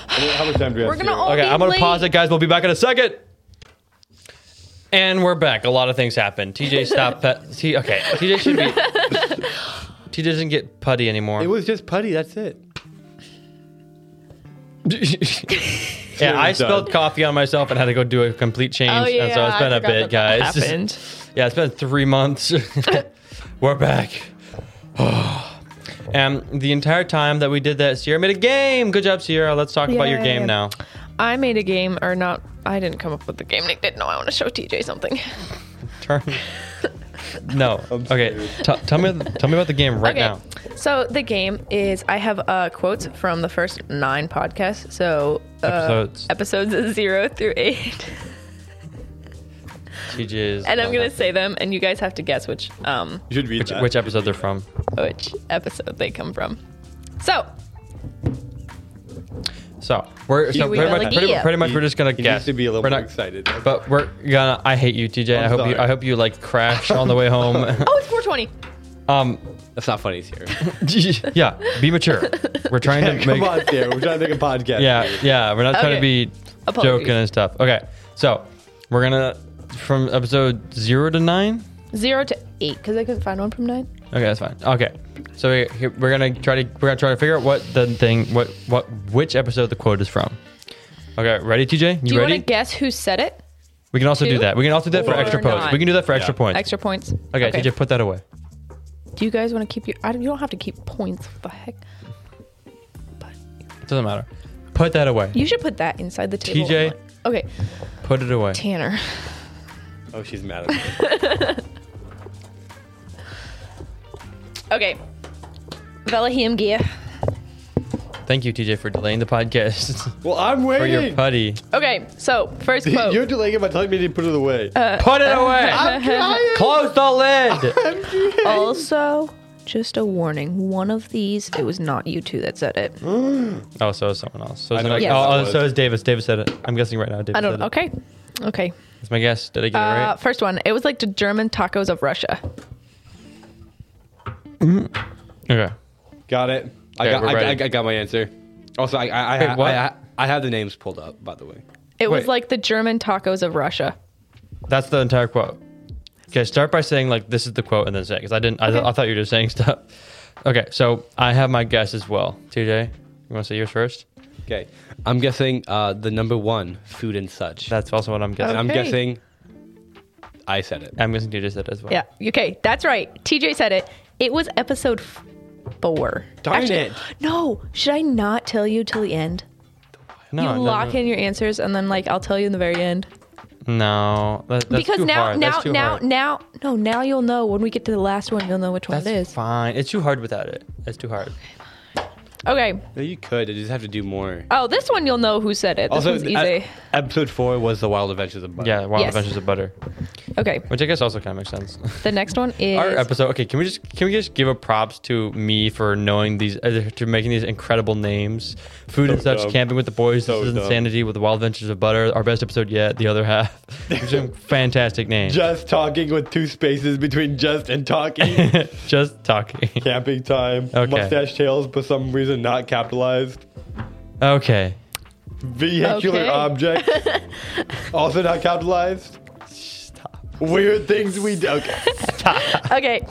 How much time do we have? We're gonna Sierra? all Okay, be I'm gonna late. pause it, guys. We'll be back in a second. And we're back. A lot of things happened. TJ [LAUGHS] stopped. Pet- T- okay, TJ should be. TJ doesn't get putty anymore. It was just putty. That's it. yeah, I was done. spilled coffee on myself and had to go do a complete change. Oh yeah, and so it's I been a forgot bit, that that guys. Happened. Yeah, it's been three months. [LAUGHS] We're back. [SIGHS] and the entire time that we did that, Sierra made a game. Good job, Sierra. Let's talk about your Yay. game now. I made a game, or not? I didn't come up with the game. Nick didn't know. I want to show TJ something. Turn. [LAUGHS] no. Okay. T- tell me. Tell me about the game [LAUGHS] right now. So the game is I have uh, quotes from the first nine podcasts. So uh, Episodes. episodes [LAUGHS] zero through eight, [LAUGHS] TJ's. and uh, I'm not gonna happy. say them, and you guys have to guess which um You should read which, that. which episode they're from. which episode they come from. So So we're so Here we pretty, go much, again. pretty, pretty much we're just gonna He guess. needs to be a little we're more not, excited. But we're gonna. I hate you, TJ. i I'm hope you. sorry. I hope you like crash on the way home. [LAUGHS] [LAUGHS] oh, it's 420. um. That's not funny, Sierra. Yeah. Be mature. We're trying to [LAUGHS] Come [LAUGHS] make. on, Sierra. We're trying to make a podcast. Yeah. Yeah. We're not trying to Okay. be Apologies. joking and stuff. Okay. So we're gonna from episode zero to nine. Zero to eight, because I couldn't find one from nine. Okay, that's fine. Okay, so we, here- we're gonna try to we're gonna try to figure out what the thing what what which episode the quote is from. Okay, ready, TJ? You, Do you want ready? to guess who said it? we can also do two? that. We can also do that for Or extra points. not? We can do that for extra points. Extra points. Okay, TJ, put that away. Do you guys want to keep your? I don't, you don't have to keep points. What the heck? It doesn't matter. Put that away. You should put that inside the table. TJ. Okay, Put it away. Tanner. Oh, she's mad at [LAUGHS] me. Okay. Velahem gear. Thank you, TJ, for delaying the podcast [LAUGHS] Well, I'm for [LAUGHS] your waiting. putty. Okay, so [LAUGHS] first quote. [LAUGHS] You're delaying it by telling me to put it away. Uh, Put it away. Close the [LAUGHS] lid. also, just a warning. One of these, it was not you two that said it. oh, so is someone else. So is, know another- Yes. oh, that oh, so was. is Davis. Davis said it. I'm guessing right now. Davis I don't. said it. Okay. Okay. That's my guess. Did I get Uh, it right? First one. It was like the German tacos of Russia. Okay. Got it. I Okay, got. we're I, got- ready. I got my answer. Also, I I, I, Wait, what? I, I I have the names pulled up. By the way, It was Wait. like the German tacos of Russia. That's the entire quote. Okay, start by saying like this is the quote, and then say because I didn't. I, Okay. I thought you were just saying stuff. Okay, so I have my guess as well. TJ, you want to say yours first? okay. I'm guessing uh, the number one food and such. That's also what I'm guessing. Okay. I'm guessing. I said it. I'm guessing TJ said it as well. Yeah. Okay. That's right. TJ said it. It was episode f- four. Darn it. No. Should I not tell you till the end? No, you no, lock no. in your answers, and then like I'll tell you in the very end. No, that, that's because too now, hard. now, that's too now, hard. now, no, now you'll know when we get to the last one. You'll know which one that's it is. fine. It's too hard without it. It's too hard. Okay. No, you could. You just have to do more. Oh, this one you'll know who said it. This also, one's easy. uh, episode four was the Wild Adventures of Bud. Yeah, Wild Yes. Adventures of Butter, okay. which I guess also kind of makes sense. The next one is Our episode. Okay, can we just can we just give a props to me for knowing these, uh, to making these incredible names, food and such, dumb. camping with the boys, So this is dumb. insanity with the Wild Adventures of Butter, our best episode yet, the other half. [LAUGHS] These are fantastic names. Just, Just talking with two spaces between just and talking. talking. Camping time. Okay. Mustache tails, for some reason not capitalized. Okay. Vehicular Okay. objects, [LAUGHS] also not capitalized. Stop. Weird things we do. Okay. okay.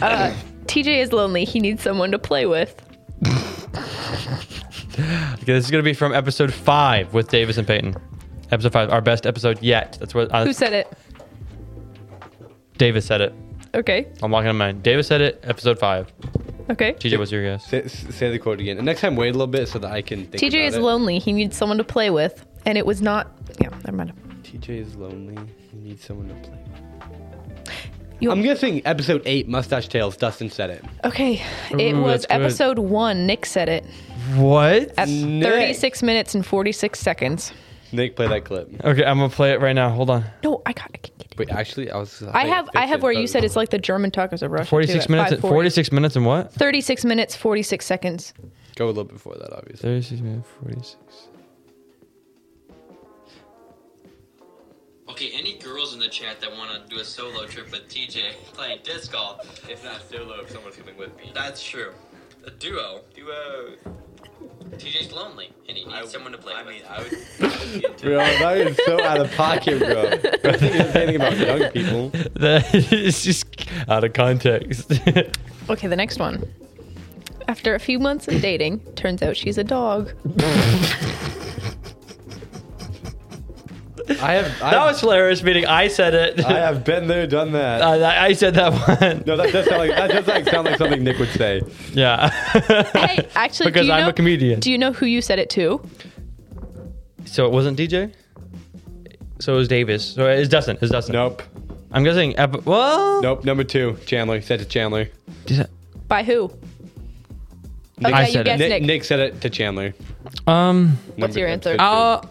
Uh, TJ is lonely. He needs someone to play with. Okay, this is gonna be from episode five with Davis and Peyton. Episode five, our best episode yet. That's what uh, Who said it? Davis said it. Okay. I'm walking on mine. Davis said it. Episode five. Okay. TJ, what's your guess? Say, say the quote again. And next time, wait a little bit so that I can. Think TJ about is it. lonely. He needs someone to play with, and it was not. Yeah, never mind. TJ is lonely. He needs someone to play. You- I'm guessing episode eight, Mustache Tales. Dustin said it. Okay, it Ooh, was that's good. episode one. Nick said it What? at Nick. 36 minutes and 46 seconds. Nick, play that clip. Okay, I'm gonna play it right now. Hold on. No, I got. I can get it. Wait, actually, I was. I have. I have where you said it's like the German tacos of Russia. too, 46 at minutes. 5:40. 46 minutes and what? 36 minutes 46 seconds. Go a little before that, obviously. 36 minutes. 46. Okay, any girls in the chat that want to do a solo trip with TJ playing disc golf? If not solo, if someone's coming with me. That's true. A duo. Duo. TJ's lonely, and he needs someone to play with. I mean, I would. Bro, that is so out of pocket, [LAUGHS] bro. I think it's anything about young people. [LAUGHS] That is just out of [LAUGHS] context. Okay, the next one. After a few months of dating, turns out she's [LAUGHS] a dog. I have. I, that was hilarious. Meaning I said it. I have been there, done that. [LAUGHS] Uh, I I said that one. no, that does sound like that does like sound like something Nick would say. Yeah. Hey, actually, [LAUGHS] because do you I'm know, a comedian. Do you know who you said it to? so it wasn't DJ. So it was Davis. So it's Dustin. It's Dustin. Nope. I'm guessing. Ep- well. Nope. Number two, Chandler said to Chandler. Did By who? Okay, I you said it. guessed Nick, Nick. Nick said it to Chandler. I- um. What's Number- your answer? episode Uh.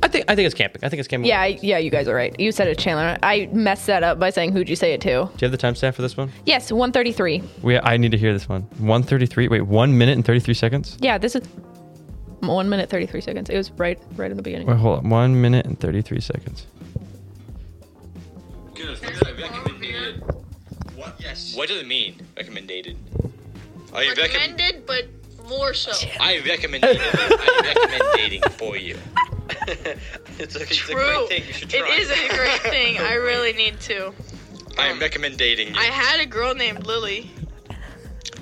I think I think it's camping. I think it's camping. Yeah, I- yeah, you guys are right. You said it, Chandler. I messed that up by saying who'd you say it to? Do you have the timestamp for this one? Yes, 133. We. I need to hear this one. 133. Wait, one minute and 33 seconds. Yeah, this is one minute 33 seconds. It was right right in the beginning. Wait, hold on. One minute and 33 seconds. Good. Good. Recommended. What? Yes. What does it mean? Recommended. I recommended, but more so. I recommend dating. I recommend dating for you. [LAUGHS] it's a, it's a True. great thing. You should It try. is a great thing. I really need to. I recommend dating you. I had a girl named Lily,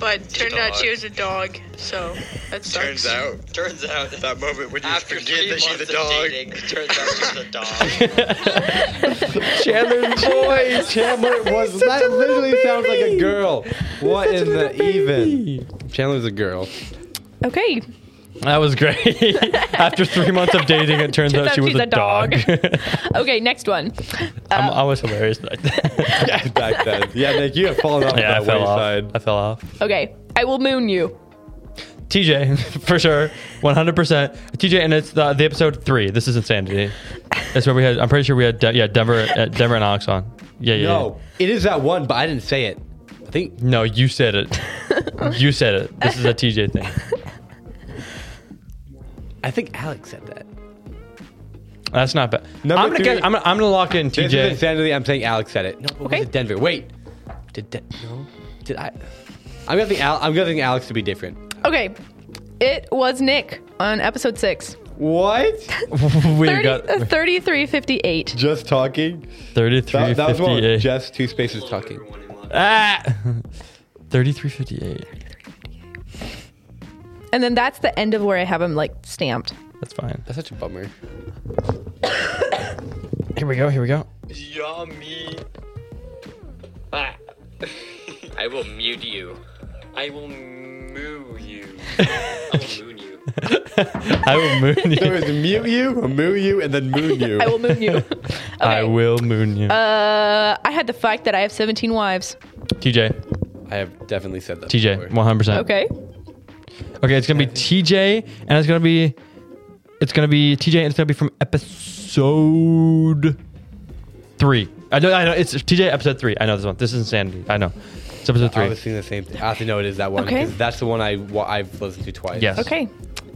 but turned out she was a dog, so that sucks. Turns out, turns out that moment when you after forget three that she's months a of dog. dating, it turns out [LAUGHS] she's a dog. [LAUGHS] Chandler's voice. Chandler was that literally sounds like a girl. What in the even? Chandler's a girl. Okay. That was great. [LAUGHS] After three months of dating, it turns out she was She's a, a dog. dog. [LAUGHS] Okay, next one. I'm, I was hilarious. like that. Yeah, [LAUGHS] back then. Yeah, Nick, you have fallen off yeah, I that fell wayside. off. I fell off. Okay. I will moon you. TJ, [LAUGHS] for sure, 100. percent TJ, and it's the, the episode three. This is insanity. That's where we had. I'm pretty sure we had. De- yeah, Denver, uh, Denver, and Alex on. Yeah, yeah. No, yeah. it is that one, but I didn't say it. I think No, you said it. you said it. This is a TJ thing. I think Alex said that. That's not bad. Number I'm gonna three. guess, I'm gonna, I'm gonna lock in This is TJ. insanity. I'm saying Alex said it. No, but Okay. was it Denver? Wait, did De- no? Did I? I'm guessing. Al- I'm guessing Alex to be different. Okay. It was Nick on episode 6. What? [LAUGHS] we 30, got uh, 3358. Just talking? 33, That, that was one with 58. just two spaces talking. Ah! [LAUGHS] 3358. And then that's the end of where I have him like stamped. That's fine. That's such a bummer. Here we go. Here we go. Yummy. I will mute you. I will moo [LAUGHS] you. I will moon you. I will moon you. There was mute you, moo you, and then moon you. [LAUGHS] I will moon you. I will moon you. Uh, I had the fact that I have 17 wives. TJ. I have definitely said that. TJ. before. 100%. Okay. Okay, it's gonna be TJ, and it's gonna be, it's gonna be TJ, and it's gonna be from episode three. I know, I know, it's TJ episode three. I know this one. This is insanity. I know. It's episode I three. was seeing the same thing. I have to know it is that one. Okay. 'cause That's the one I, wa- I've listened to twice. Yes. Okay.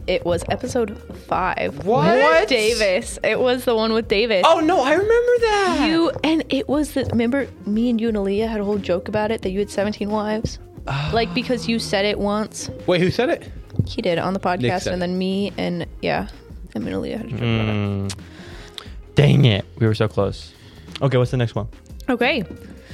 It was episode five. What? With Davis. It was the one with Davis. Oh, no, I remember that. You and it was the remember me and you and Aaliyah had a whole joke about it that you had 17 wives. like because you said it once, Wait, who said it? he did on the podcast, said and it. then me and yeah, him and Aaliyah had a joke about it. Mm. Dang it, we were so close. Okay, what's the next one? Okay.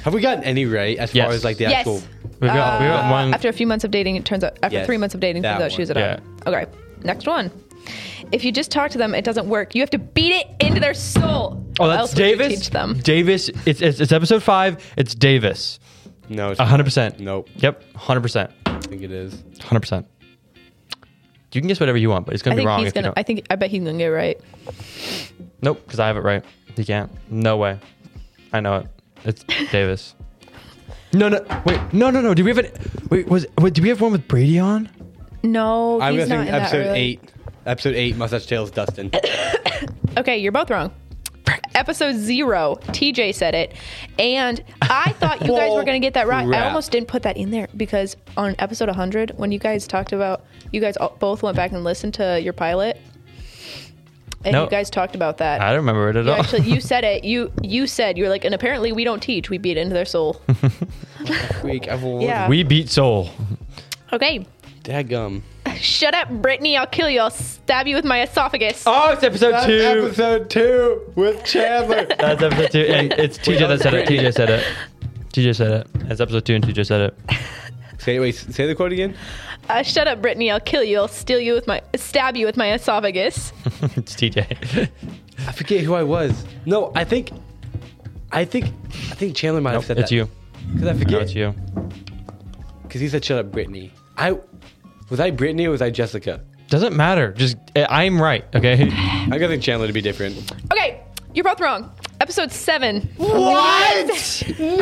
Have we gotten any right as Yes. far as like the Yes. actual? We got, we got Uh, one. After a few months of dating, it turns out. After Yes, three months of dating, that turns out she one. was it yeah. Okay, next one. If you just talk to them, it doesn't work. You have to beat it into their soul. oh, Or that's else would you Davis. Teach them. Davis. It's, it's it's episode five. It's Davis. No, it's hundred percent. Nope. Yep. Hundred percent. I think it is. Hundred percent. You can guess whatever you want, but it's I gonna be think wrong. he's if you gonna. don't. I think. I bet he's gonna get it right. Nope, because I have it right. He can't. No way. I know it. [LAUGHS] It's Davis. No, no, wait, no, no, no. Did we have it? Wait, was wait, did we have one with Brady on? No, I'm he's guessing not in that episode really. eight. Episode eight, Mustache Tales, Dustin. Okay, you're both wrong. Episode zero, TJ said it, and I thought you [LAUGHS] guys were gonna get that right. I Crap. almost didn't put that in there because on episode 100, when you guys talked about, you guys all- both went back and listened to your pilot, and No. you guys talked about that. I don't remember it at You all. [LAUGHS] actually, you said it. You you said you were like, and apparently we don't teach. We beat into their [LAUGHS] soul. Week, I've already- Yeah. we beat Soul. okay. Dadgum. Shut up, Brittany. I'll kill you. I'll stab you with my esophagus. Oh, it's episode That's two. episode two with Chandler. That's episode two. And it's TJ that said it. TJ said it. TJ said it. It's episode two, and TJ said it. [LAUGHS] [LAUGHS] say wait, say the quote again. Uh, shut up, Brittany. I'll kill you. I'll steal you with my stab you with my [LAUGHS] esophagus. it's TJ. I forget who I was. No, I think, I think, I think Chandler might have said [LAUGHS] it's that. you. Because I No, forget. it's you. Because he said, "Shut up, Brittany." I was I Brittany or was I Jessica? Doesn't matter. Just I- I'm right. Okay. I'm guessing Chandler to be different. Okay, you're both wrong. Episode seven. What? No,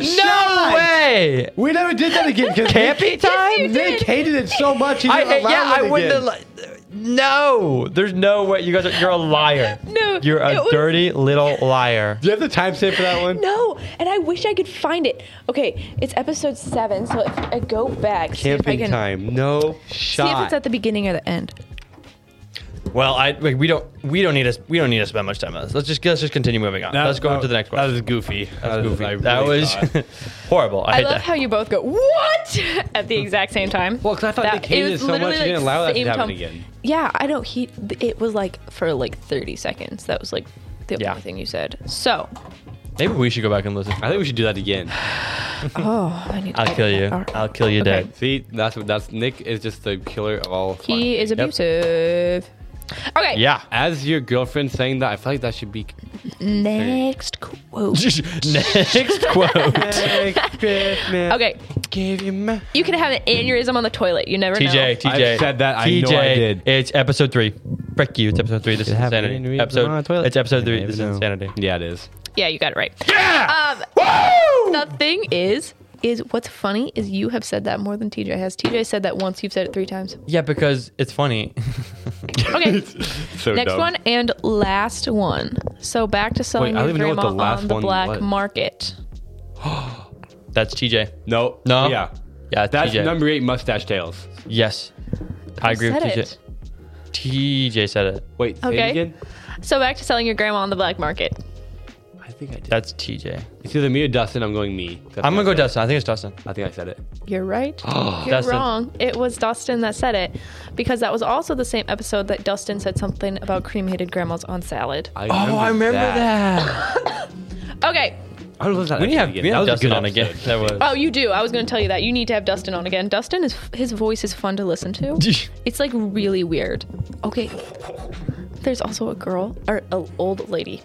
[LAUGHS] No way. We never did that again. Cause Campy time. you Nick hated it so much. He I, didn't allow yeah, it I wouldn't again. have. Li- no, there's no way. You guys are. You're a liar. [LAUGHS] No, you're a it was- dirty little liar. Do you have the timestamp for that one? No, and I wish I could find it. Okay, it's episode seven. So if I go back, see if I Camping can time. No see shot. if it's at the beginning or the end. Well, I like, we don't we don't need to we don't need to spend much time on this. Let's just let's just continue moving on. let's go on to the next That question. was goofy. That was, I that really was thought. [LAUGHS] horrible. I, I hate love that. how you both go what [LAUGHS] at the exact same time. [LAUGHS] well, because I thought That- Nick hated it was so much, literally, he didn't like, allow that to same happen tone. again. Yeah, I don't. He. It was like for like 30 seconds. That was like the Yeah. only thing you said. So. [SIGHS] Maybe we should go back and listen. I think we should do that again. Oh, I need. To I'll edit kill you. that out. I'll kill you Okay. dead. See, that's what that's Nick is just the killer of all. fun. He is abusive. Okay. Yeah. As your girlfriend saying that, I feel like that should [LAUGHS] be. Next [LAUGHS] quote. [LAUGHS] [LAUGHS] next quote. okay. Okay. You can have an aneurysm on the toilet. You never know. TJ, TJ. I've said that. I know I TJ, did. It's episode three. Frick you. It's episode three. This is have insanity. aneurysm on the Episode. toilet. It's episode I three. never This is know. insanity. Yeah, it is. Yeah, you got it right. Yeah. Um, the thing is, is what's funny is you have said that more than TJ has. TJ said that once. You've said it [LAUGHS] three times. Yeah, because it's funny. [LAUGHS] Okay. So Next dumb. one and last one. So back to selling Wait, I your don't even know what grandma the last on the one black was. market. That's TJ. No. Oh, No? Yeah. Yeah, it's That's TJ. number eight. Mustache tails. Yes. I agree with said TJ. it. TJ said it. Wait. Say Okay. it again. So back to selling your grandma on the black market. I think I did. That's TJ. It's either me or Dustin. I'm going me. I'm gonna go Dustin. I think it's Dustin. I think I said it. You're right. You're Dustin. wrong. It was Dustin that said it because that was also the same episode that Dustin said something about cremated grandmas on salad. I oh, I remember Okay. I don't know if that We need to have, actually we again. That need to have was a Dustin good on again. episode. That was. Oh, you do. I was going to tell you that. You need to have Dustin on again. Dustin is his voice is fun to listen to. It's like really weird. Okay. There's also a girl or an old lady,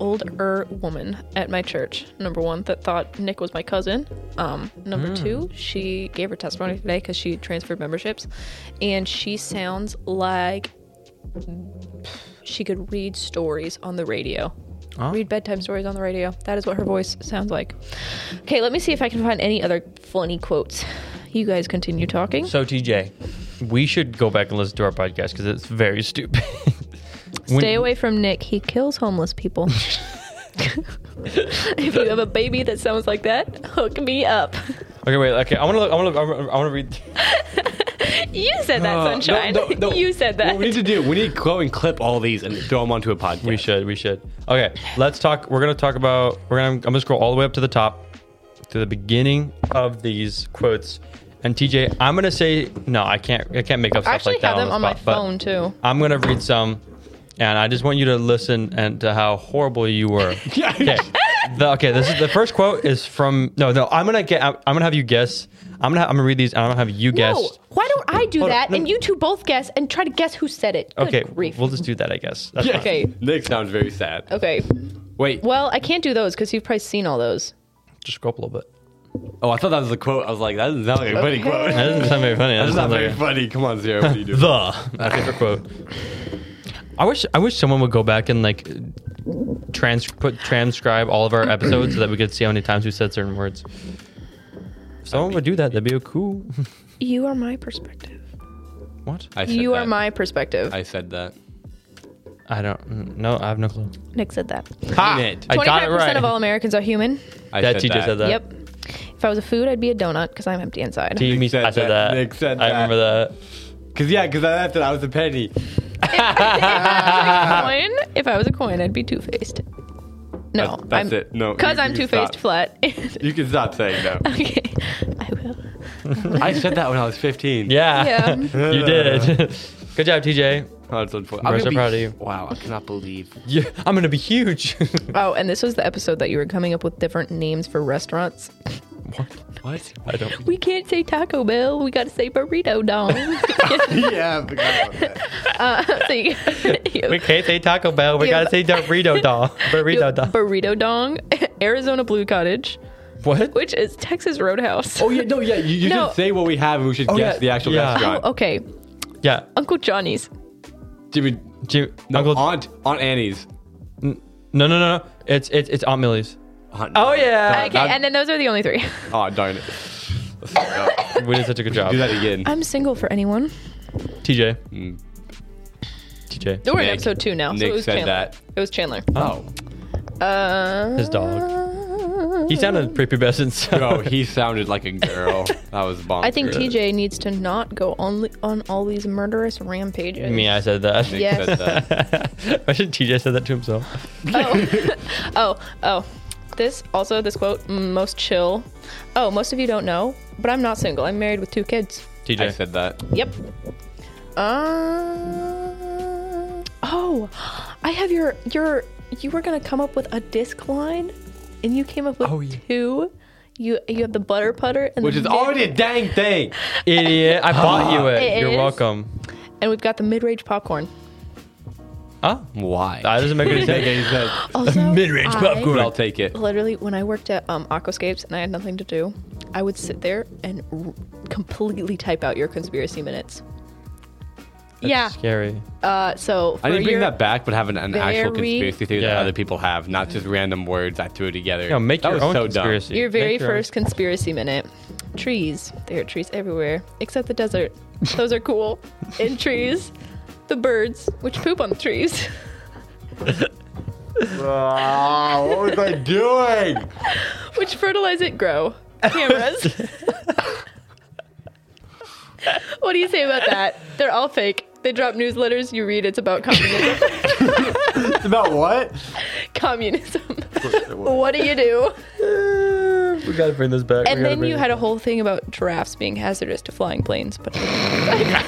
older woman at my church. Number one, that thought Nick was my cousin. Um, number two, she gave her testimony today because she transferred memberships, and she sounds like she could read stories on the radio. Read bedtime stories on the radio. That is what her voice sounds like. Okay, let me see if I can find any other funny quotes. You guys continue talking. So TJ, we should go back and listen to our podcast because it's very stupid. When- [LAUGHS] Stay away from Nick. He kills [LAUGHS] homeless people. if you have a baby that sounds like that, hook me up. Okay, wait. Okay, I want to look. I want to. I want to read. [LAUGHS] You said Uh, that, sunshine. Uh, no, no, no. [LAUGHS] You said that. What we need to do, we need to go and clip all these and throw them onto a podcast. We should. We should. Okay, let's talk. We're gonna talk about. We're gonna. I'm gonna scroll all the way up to the top, to the beginning of these quotes. And TJ, I'm gonna say no. I can't. I can't make up I stuff actually like that have them the on my spot, but phone too. I'm gonna read some, and I just want you to listen and to how horrible you [LAUGHS] were. okay. The, okay. This is the first quote is from. No, no. I'm gonna get. I'm, I'm gonna have you guess. I'm gonna. I'm gonna read these. and I'm gonna have you guess. No, why don't I do Hold on, that no. and you two both guess and try to guess who said it? Good Okay, grief. we'll just do that, I guess. That's fine. [LAUGHS] okay, Nick sounds very sad. okay. Wait. Well, I can't do those because you've probably seen all those. Just scroll up a little bit. Oh, I thought that was a quote. I was like, that doesn't sound like a funny Okay. quote. That doesn't sound very funny. That That's not sounds like very a- funny. Come on, Zero. What are you doing? the my favorite quote. I wish I wish someone would go back and like trans put transcribe all of our episodes so that we could see how many times we said certain words. If someone would do that, that'd be cool. [LAUGHS] You are my perspective. what? I said You are that. my perspective. I said that. I don't. No, I have no clue. Nick said that. Ha! it. I got it right. of all Americans are human. I that teacher said that. Yep. If I was a food, I'd be a donut because I'm empty inside. Team, Nick said I said that. that. Nick said I that. remember that. Because, yeah, because I left it. I was a penny. coin. If I was a coin, I'd be two faced. No, That's- that's I'm, it. No, because you- I'm you two faced stop. flat. [LAUGHS] You can stop saying that. okay, I will. I said that when I was 15. Yeah. [LAUGHS] Yeah. you did. [LAUGHS] Good job, TJ. Oh, it's unfortunate. We're I'm so gonna be- proud of you. Wow, I cannot believe. Yeah, I'm gonna be huge. [LAUGHS] Oh, and this was the episode that you were coming up with different names for restaurants. What? I don't. We can't say Taco Bell. We got to say Burrito Dong. [LAUGHS] yeah, I forgot about that. so [LAUGHS] you, you- We can't say Taco Bell. We Yeah, gotta say [LAUGHS] Dorito doll. you- Burrito doll. Burrito Dong, [LAUGHS] Arizona Blue Cottage, What? which is Texas Roadhouse. Oh, yeah, no, yeah. You, you No. Oh, should say what we have and we should guess Oh, yeah, the actual yeah. restaurant. [LAUGHS] Okay, Yeah. Uncle Johnny's. Jimmy, Jim, no, Uncle Aunt, Aunt Annie's. No, no, no, no. It's it's it's Aunt Millie's. Aunt, Oh, yeah. Okay, and then those are the only three. [LAUGHS] Oh, darn it. Let's not we did [LAUGHS] such a good job. Do that again. I'm single for anyone. TJ. Mm. TJ. We're in Nick- episode two now. so it Nick was said Chandler. that. It was Chandler. Oh. Uh, His dog. He sounded [LAUGHS] prepubescent. So. Bro, he sounded like a girl. That was bomb. I think TJ needs to not go on on all these murderous rampages. Me, I said that. Nick Yes. said that. [LAUGHS] Imagine TJ said that to himself. Oh, oh, oh. This also this quote mm, most chill. Oh, most of you don't know, but I'm not single. I'm married with two kids. TJ. I said that. Yep. Uh, oh, I have your your. You were gonna come up with a disc line, and you came up with Oh, yeah. two. You you have the butter putter, and Which the is mid- already a dang thing. [LAUGHS] Idiot. I bought you it. It You're is. welcome. and we've got the mid [LAUGHS] range popcorn. Oh. Why? That doesn't [LAUGHS] make any sense. He said, Also, Mid-range I- but I'll take it. Literally, when I worked at um, Aquascapes and I had nothing to do, I would sit there and r- completely type out your conspiracy minutes. yeah. Scary. Uh, so I need to for bring your- that back, but have an, an actual very- conspiracy theory that Yeah. other people have, not just random words I threw together. Yeah, make that your was own so conspiracy. Your Make very own- first conspiracy minute. Trees. There are trees everywhere, except the desert. Those [LAUGHS] are cool. And trees. The birds, which poop on the trees. [LAUGHS] Oh, what was I doing? Which fertilize it grow. Cameras. [LAUGHS] what do you say about that? They're all fake. They drop newsletters you read. [LAUGHS] It's about communism. It's about what? communism. what do you do? Oh, We gotta bring this back. And then you had a whole thing about giraffes being hazardous to flying planes, [LAUGHS] but dumb.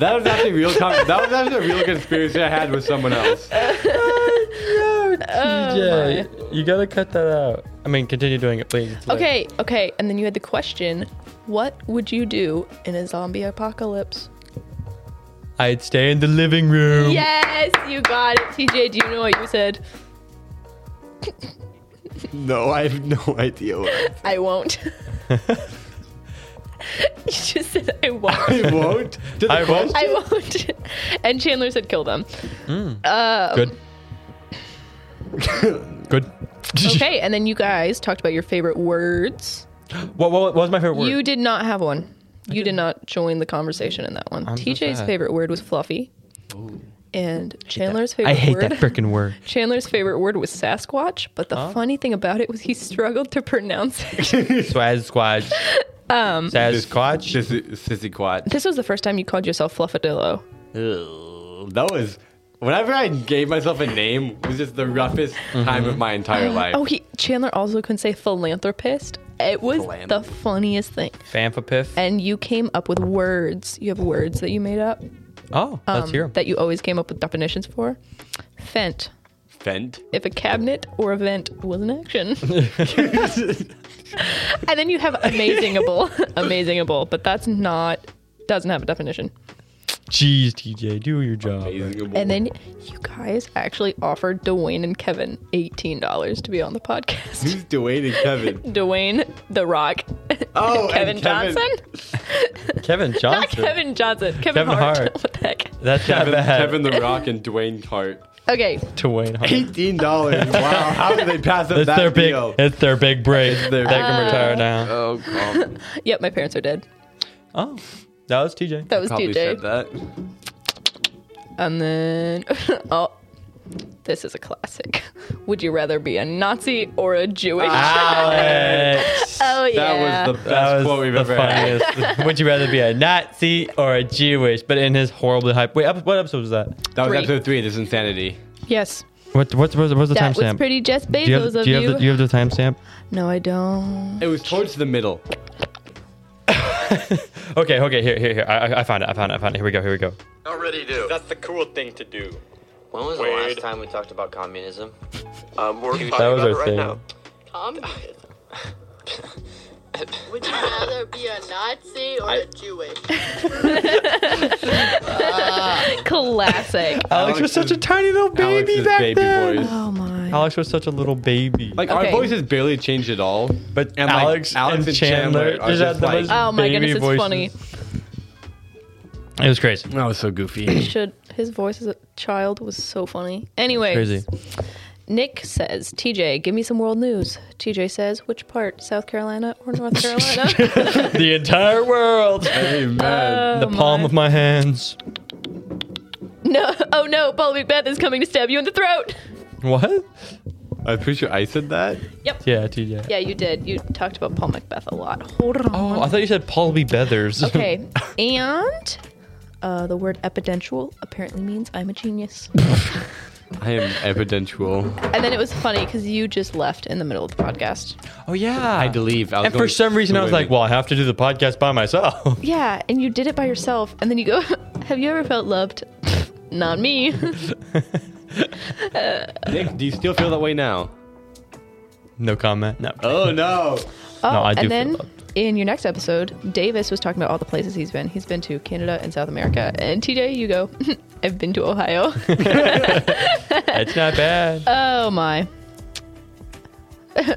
That was actually real. Con- that was actually a real conspiracy I had with someone else. Oh, Oh TJ. you gotta cut that out. I mean, continue doing it, please. It's late. Okay, okay. And then you had the question, what would you do in a zombie apocalypse? I'd stay in the living room. Yes, you got it. TJ, do you know what you said? No, I have no [LAUGHS] idea what. I won't. you just said I won't. [LAUGHS] I won't. To [LAUGHS] the I won't. I won't. And Chandler said [LAUGHS] kill them. Good. Good. Okay, and then you guys talked about your favorite words. What, what, what was my favorite word? You did not have one. You did not join the conversation in that one. I'm so TJ's sad. favorite word was fluffy. And Chandler's favorite I hate word. that freaking word. [LAUGHS] Chandler's favorite word was Sasquatch, but the funny thing about it was he struggled to [LAUGHS] pronounce it. Swaz [LAUGHS] squad. Um, Sasquatch. Sissy, sissy quad. this was the first time you called yourself Fluffadillo. Ugh, That was. Whenever I gave myself a name, it was just the roughest time of my entire life. Mm-hmm. Oh, he Chandler also couldn't say philanthropist. It was the funniest thing. Fanfapiff. And you came up with words. You have words that you made up um, Oh, let's hear 'em. that you always came up with definitions for. Fent. [LAUGHS] Fent. if a cabinet or event was an action. [LAUGHS] and then you have [LAUGHS] amazingable, amazingable, but that's not doesn't have a definition. [LAUGHS] Jeez, TJ, do your job. And then you guys actually offered Dwayne and Kevin eighteen dollars to be on the podcast. [LAUGHS] Who's Dwayne and Kevin? Dwayne The Rock, Oh, Kevin, and Johnson, Kevin Johnson. [LAUGHS] not Kevin Johnson, Kevin, Kevin Hart. Hart. [LAUGHS] what the heck? That's not Kevin, bad. Kevin the Rock and Dwayne Hart. Okay, Dwayne Hart. Eighteen dollars. [LAUGHS] Wow. How did they pass up It's that their big. deal? It's their big break. their they big Uh, can retire now. Oh [LAUGHS] god. yep, my parents are dead. Oh, that was TJ. That was Probably said TJ, that. and then [LAUGHS] oh. This is a classic. [LAUGHS] Would you rather be a Nazi or a Jewish? [LAUGHS] Alex. Oh That yeah. was the That best was quote we've Ah, the ever had. [LAUGHS] funniest. Would you rather be a Nazi or a Jewish? But in his horribly hype. Wait, ep- what episode was that? That was Three. episode three. This insanity. yes. What? What was, what was the That was timestamp? pretty Jeff Bezos do you have, of do you, you. have the, do you have the timestamp? no, I don't. It was towards the middle. Okay, okay, here, here, here. I, I- I found it. I found it. I found it. Here we go. Here we go. Already do. That's the cool thing to do. When was the last time we talked about communism? Um, we're talking That was our thing. Would you rather be a Nazi or a Jewish? Classic. [LAUGHS] Alex, was such a tiny little baby Alex's back baby then. voice. oh my. Alex was such a little baby. Like Okay. our voices barely changed at all. but and, like, Alex, Alex and, and Chandler, Chandler are just had just the like- most Oh my baby goodness, it's voices. funny. It was crazy. That was so [CLEARS THROAT] goofy. Should his voice as a child was so funny. Anyway, Crazy. Nick says, TJ, give me some world news. TJ says, which part, South Carolina or [LAUGHS] North Carolina? the entire [LAUGHS] world. Amen. Oh, the palm of my hands. no, oh no, Paul Macbeth is coming to stab you in the throat. What? I'm pretty sure I said that. Yep. Yeah, TJ. Yeah, you did. You talked about Paul Macbeth a lot. Hold on. Oh, I thought you said Paul B. Beathers. [LAUGHS] Okay, and uh, the word epidential apparently means I'm a genius. I am evidential. And then it was funny because you just left in the middle of the podcast. oh yeah. I had to leave. I was and for going some reason, I was swimming. like, "Well, I have to do the podcast by myself." [LAUGHS] Yeah, and you did it by yourself. And then you go, [LAUGHS] Have you ever felt loved? [LAUGHS] [LAUGHS] Not me. Nick, do you still feel that way now? no comment. No. Oh no. Oh, I do feel and then loved. in your next episode, Davis was talking about all the places he's been. He's been to Canada and South America. And TJ, you go, [LAUGHS] I've been to Ohio. [LAUGHS] [LAUGHS] It's not bad. oh my. [LAUGHS] oh,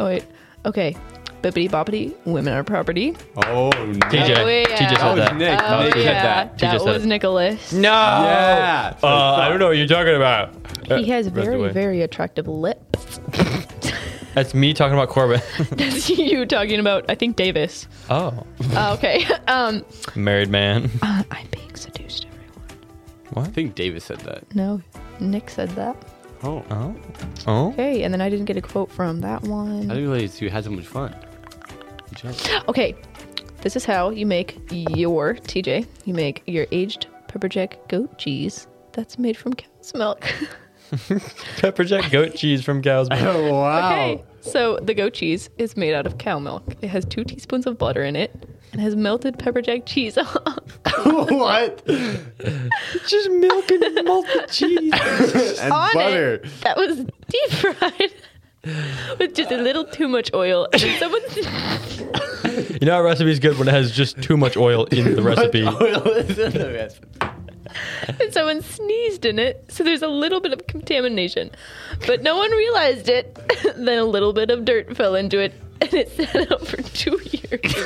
wait. Okay. Bippity boppity, women are property. Oh no. TJ. Oh, yeah. TJ said That Oh. was that. Nick. Oh, Nick said yeah. that. TJ said was it. Nicholas. No. Yeah. Uh, I don't know what you're talking about. He has Rest away. very, very attractive lips. [LAUGHS] That's me talking about [LAUGHS] Corbin. That's you talking about, I think, Davis. oh, Oh, okay. [LAUGHS] Um, married man. uh, I'm being seduced, everyone. I think Davis said that. No, Nick said that. Oh. [LAUGHS] Oh, oh. Okay, and then I didn't get a quote from that I one. didn't realize you had so much fun. Good job. Okay, this is how you make your TJ. You make your aged pepper jack goat cheese that's made from cow's milk. [LAUGHS] Pepper Jack goat cheese from Cow's milk. Oh wow. okay, so the goat cheese is made out of cow milk. It has two teaspoons of butter in it and has melted pepper jack cheese. [LAUGHS] [LAUGHS] what? Just milk and melted cheese. And on butter. it that was deep fried [LAUGHS] with just a little too much oil. And then someone, [LAUGHS] You know, a recipe's good when it has just too much oil in the [LAUGHS] recipe. Oil is in the [LAUGHS] recipe. and someone sneezed in it, so there's a little bit of contamination, but no one realized it. [LAUGHS] then a little bit of dirt fell into it, [LAUGHS] and it sat out for two years, [LAUGHS]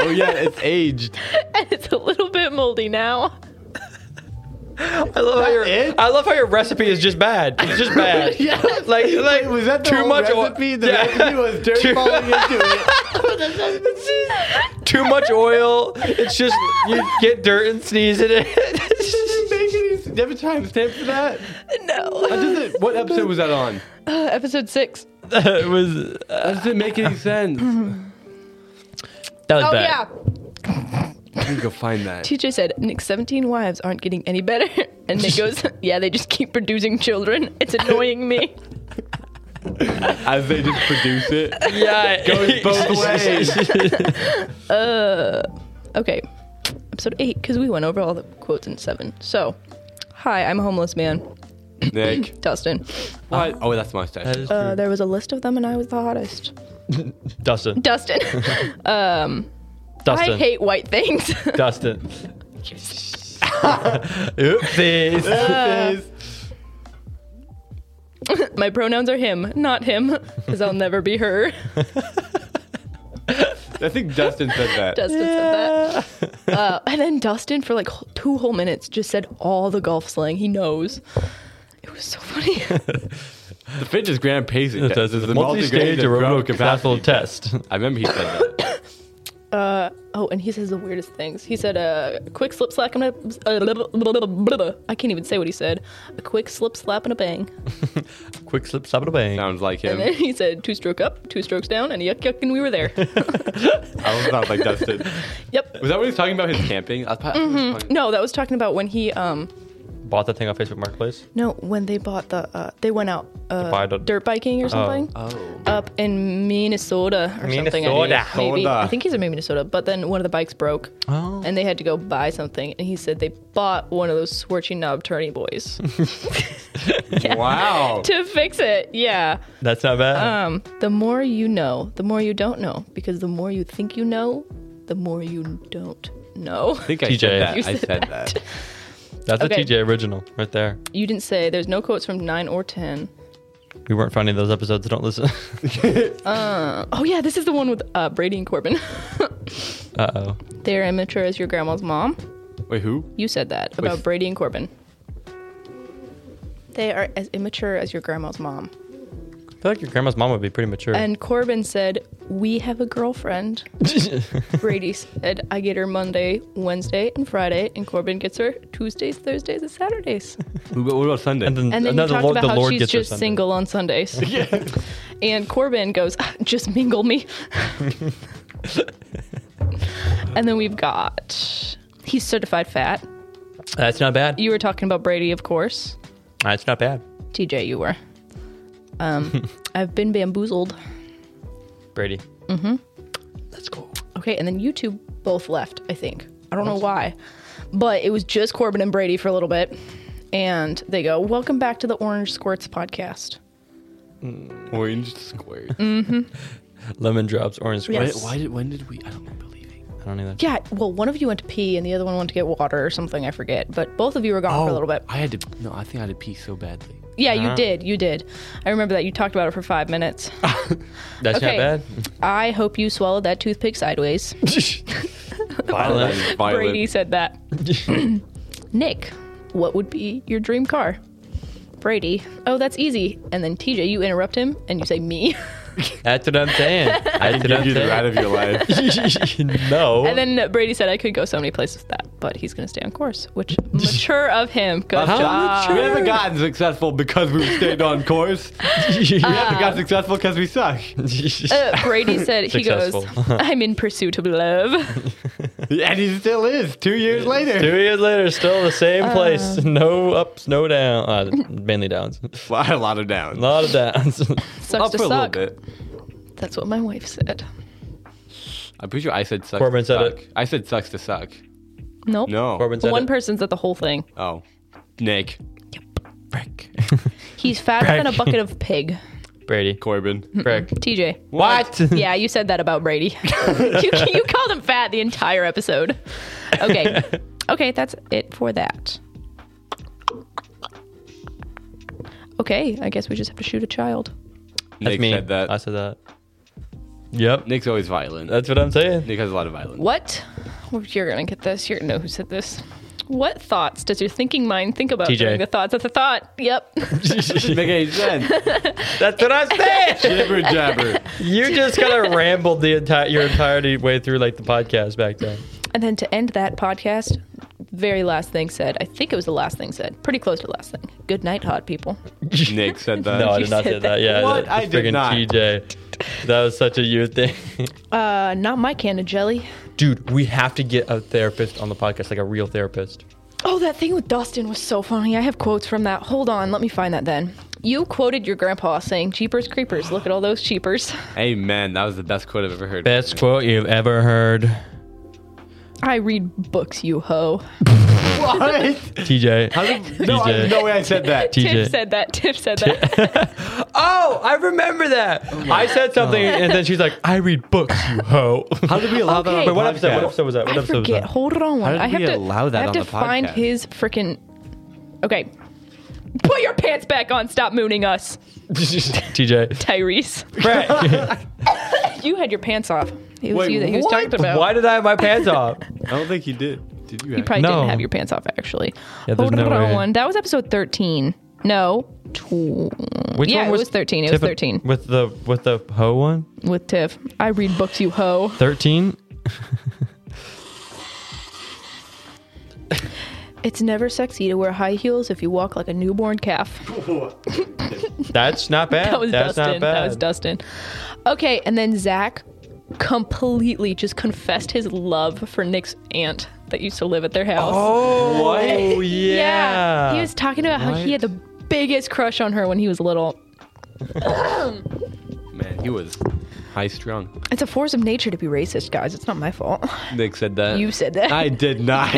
Oh yeah, it's aged. and it's a little bit moldy now. I love how your I love how your recipe is just bad. It's [LAUGHS] just bad. yeah. Like like was that the too whole much oil- recipe? The Yeah. [LAUGHS] recipe [LAUGHS] was dirt Too- falling into it. too much oil. It's just you get dirt and sneeze in it. [LAUGHS] Do you have a timestamp for that? No. That doesn't- what episode was that on? Uh, Episode six. it [LAUGHS] was That doesn't make any [LAUGHS] sense. You that was Oh bad. yeah. can go find that. TJ said, Nick's 17 wives aren't getting any better. [LAUGHS] And Nick goes, Yeah, they just keep producing children. It's annoying me. As they just produce it. Yeah, Goes [LAUGHS] both ways. [LAUGHS] Okay, episode 8, because we went over all the quotes in 7. So, hi, I'm a homeless man, Nick. Dustin. [LAUGHS] What? Oh, that's my statue. Uh, there was a list of them, and I was the hottest. Dustin. Dustin. [LAUGHS] Dustin. I hate white things. [LAUGHS] [LAUGHS] Dustin. Oopsies. My pronouns are him, not him, because I'll never be her. [LAUGHS] I think Dustin said that. Dustin said that. Uh, and then Dustin, for like wh- two whole minutes, just said all the golf slang he knows. It was so [LAUGHS] funny. The Finch's grand pacing It [LAUGHS] test says is it's a a multi-stage multi-grade aerobic aerobic capacity. capacity test. I remember he said [LAUGHS] that. oh, and he says the weirdest things. He said, uh, a quick slip slap and a. Uh, blah, blah, blah, blah, blah." I can't even say what he said. A quick slip slap and a bang. Quick slip, slap it a bang. Sounds like And then him. he said, two stroke up, two strokes down, and yuck yuck, and we were there. I sounds like Dustin. [LAUGHS] yep. Mm-hmm. Was that what he was talking about? His camping? I thought- No, that was talking about when he um Bought that thing off Facebook Marketplace. No, when they bought the, uh, they went out uh, buy the- dirt biking or something Oh. up in Minnesota or something. I Minnesota. think. Maybe. Minnesota. I think he's in Minnesota, but then one of the bikes broke Oh. and they had to go buy something. And he said they bought one of those swirchy knob turny boys [LAUGHS] Wow. to fix it. Yeah. That's not bad. Um, the more you know, the more you don't know, because the more you think you know, the more you don't know. I think I TJ. said that. You I said that. That's okay. a TJ original right there. You didn't say there's no quotes from nine or ten. We weren't finding those episodes. Don't listen. [LAUGHS] Oh yeah, this is the one with uh, Brady and Corbin. [LAUGHS] uh oh. They're immature as your grandma's mom. Wait, who? You said that about Wait. Brady and Corbin. They are as immature as your grandma's mom. I feel like your grandma's mom would be pretty mature. [LAUGHS] And Corbin said, We have a girlfriend. Brady said, I get her Monday, Wednesday, and Friday. And Corbin gets her Tuesdays, Thursdays, and Saturdays. [LAUGHS] Who- What about Sunday? And then, And then another you talked Lord, about the how Lord she's gets her just Sunday. single [LAUGHS] on Sundays. [LAUGHS] and Corbin goes, "Ah, just [LAUGHS] mingle me. [LAUGHS] and then we've got, he's certified fat. That's not bad. You were talking about Brady, of course. That's not bad. TJ, you were. Um, I've been bamboozled. Brady. Okay, and then you two both left, I think. I don't know why. But it was just Corbin and Brady for a little bit. And they go, Welcome back to the Orange Squirts podcast. Orange squares. Mm. Lemon drops, orange squash. Yes. Why did? When did we? I don't remember leaving. I don't either. Yeah, well, one of you went to pee and the other one went to get water or something. I forget. But both of you were gone for a little bit. Oh, I had to. No, I think I had to pee so badly. Yeah, you did. You did. I remember that. You talked about it for five minutes. That's Okay. not I hope you swallowed that toothpick sideways. bad. Violent. Violent. Brady said that. [COUGHS] Nick, what would be your dream car? Brady, oh, that's easy. And then TJ, you interrupt him and you say me. [LAUGHS] That's what I'm saying. I didn't Give you the ride of your life. [LAUGHS] [LAUGHS] no. and then Brady said I could go so many places with that, but he's going to stay on course, [LAUGHS] which mature of him. Good job. We haven't gotten successful because we stayed on [LAUGHS] course. We haven't gotten successful because we [LAUGHS] suck. Uh, Brady said he goes, [LAUGHS] Successful. I'm in pursuit of love. And he still is. Two years later. [LAUGHS] Two years later, still the same Uh, place. [LAUGHS] No ups, no downs. Uh, mainly downs. [LAUGHS] A Well, I had a lot of downs. lot of [LAUGHS] downs. Sucks Up to for a little suck. bit. That's what my wife said. I'm pretty sure I said sucks. Corbin to said suck. it. I said sucks to suck. Nope. No. Corbin said One it. person said the whole thing. Oh, Nick. Frick. He's fatter than a bucket of pig. [LAUGHS] Brady. Corbin. Frick. TJ. What? Yeah, you said that about Brady. [LAUGHS] you, you called him fat the entire episode. Okay. Okay, that's it for that. Okay, I guess we just have to shoot a child. Nick me. said that. I said that. Yep. Nick's always violent. [LAUGHS] That's what I'm saying. Nick has a lot of violence. What? You're going to get this. You're going to know who said this. What thoughts does your thinking mind think about TJ. during the thoughts of the thought? Yep. Doesn't make any sense. [LAUGHS] That's what I [LAUGHS] said. Jibber [LAUGHS] jabber. you just kind of rambled the entire your entirety way through like the podcast back [LAUGHS] then. and then to end that podcast, very last thing said. I think it was the last thing said. Pretty close to the last thing. Good night, hot people. Nick said that. No, I did not say said that. Yeah, What? the- I the did friggin' not. TJ. That was such a you thing. [LAUGHS] Uh, not my can of jelly. Dude, we have to get a therapist on the podcast, like a real therapist. Oh, that thing with Dustin was so funny. I have quotes from that. Hold on, let me find that then. You quoted your grandpa saying, Jeepers Creepers, look at all those cheapers. Amen. That was the best quote I've ever heard. Best quote you've ever heard. [LAUGHS] I read books, you hoe. [LAUGHS] What? TJ. no, I, no way I said that. Tiff TJ. said that. Tiff said that. Oh, I remember that. I said something, and then she's like, I read books, you hoe. How did we allow that on Okay. the Wait, what episode? What podcast? [LAUGHS] episode was that? What [LAUGHS] I episode forget. was Hold on. How did I have we to allow that I have on to the find podcast? his freaking. Okay. Put your pants back on. Stop mooning us, that? [LAUGHS] TJ. Tyrese. You had your pants off. It was Wait, you that he was talking about. Why did I have my pants [LAUGHS] off? I don't think you did. Did you? You probably No. didn't have your pants off, actually. Yeah, there's Hold no way. on. That was episode 13. No. Tw- Which yeah, it was 13. It was Tiff- 13 With the with the hoe one? with Tiff. I read books, you hoe. 13? It's never sexy to wear high heels if you walk like a newborn calf. [LAUGHS] That's not bad. That was That's Dustin. not bad. That was Dustin. Okay, and then Zach completely just confessed his love for Nick's aunt that used to live at their house. Oh, [LAUGHS] oh yeah. He was talking about how he had the biggest crush on her when he was little. Man, he was high strung. It's a force of nature to be racist, guys. It's not my fault. [LAUGHS] Nick said that. You said that. I did [LAUGHS] not.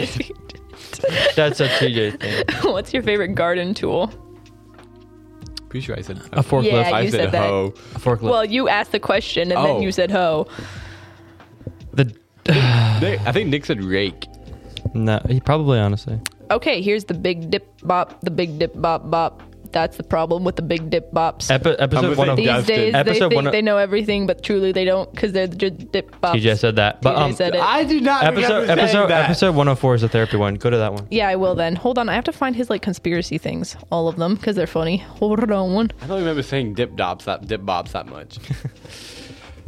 That's a TJ thing. What's your favorite garden tool? Pretty sure I said A forklift. Yeah, I you said, said that. ho. A forklift. Well, you asked the question and Oh. then you said hoe. the Nick, I think Nick said rake. no, he probably honestly. Okay, here's the big dip bop, the big dip bop bop. That's the problem with the big dip bops. Epi- episode with one oh of it. These Dustin. days, they Episode one think of- they know everything, but truly they don't because they're just dip bops. TJ said that, but TJ um, said it. I do not episode remember saying episode that. episode one hundred four is the therapy one. Go to that one. yeah, I will then. Hold on, I have to find his like conspiracy things, all of them, because they're funny. Hold on one. I don't remember saying dip dops that dip bops that much.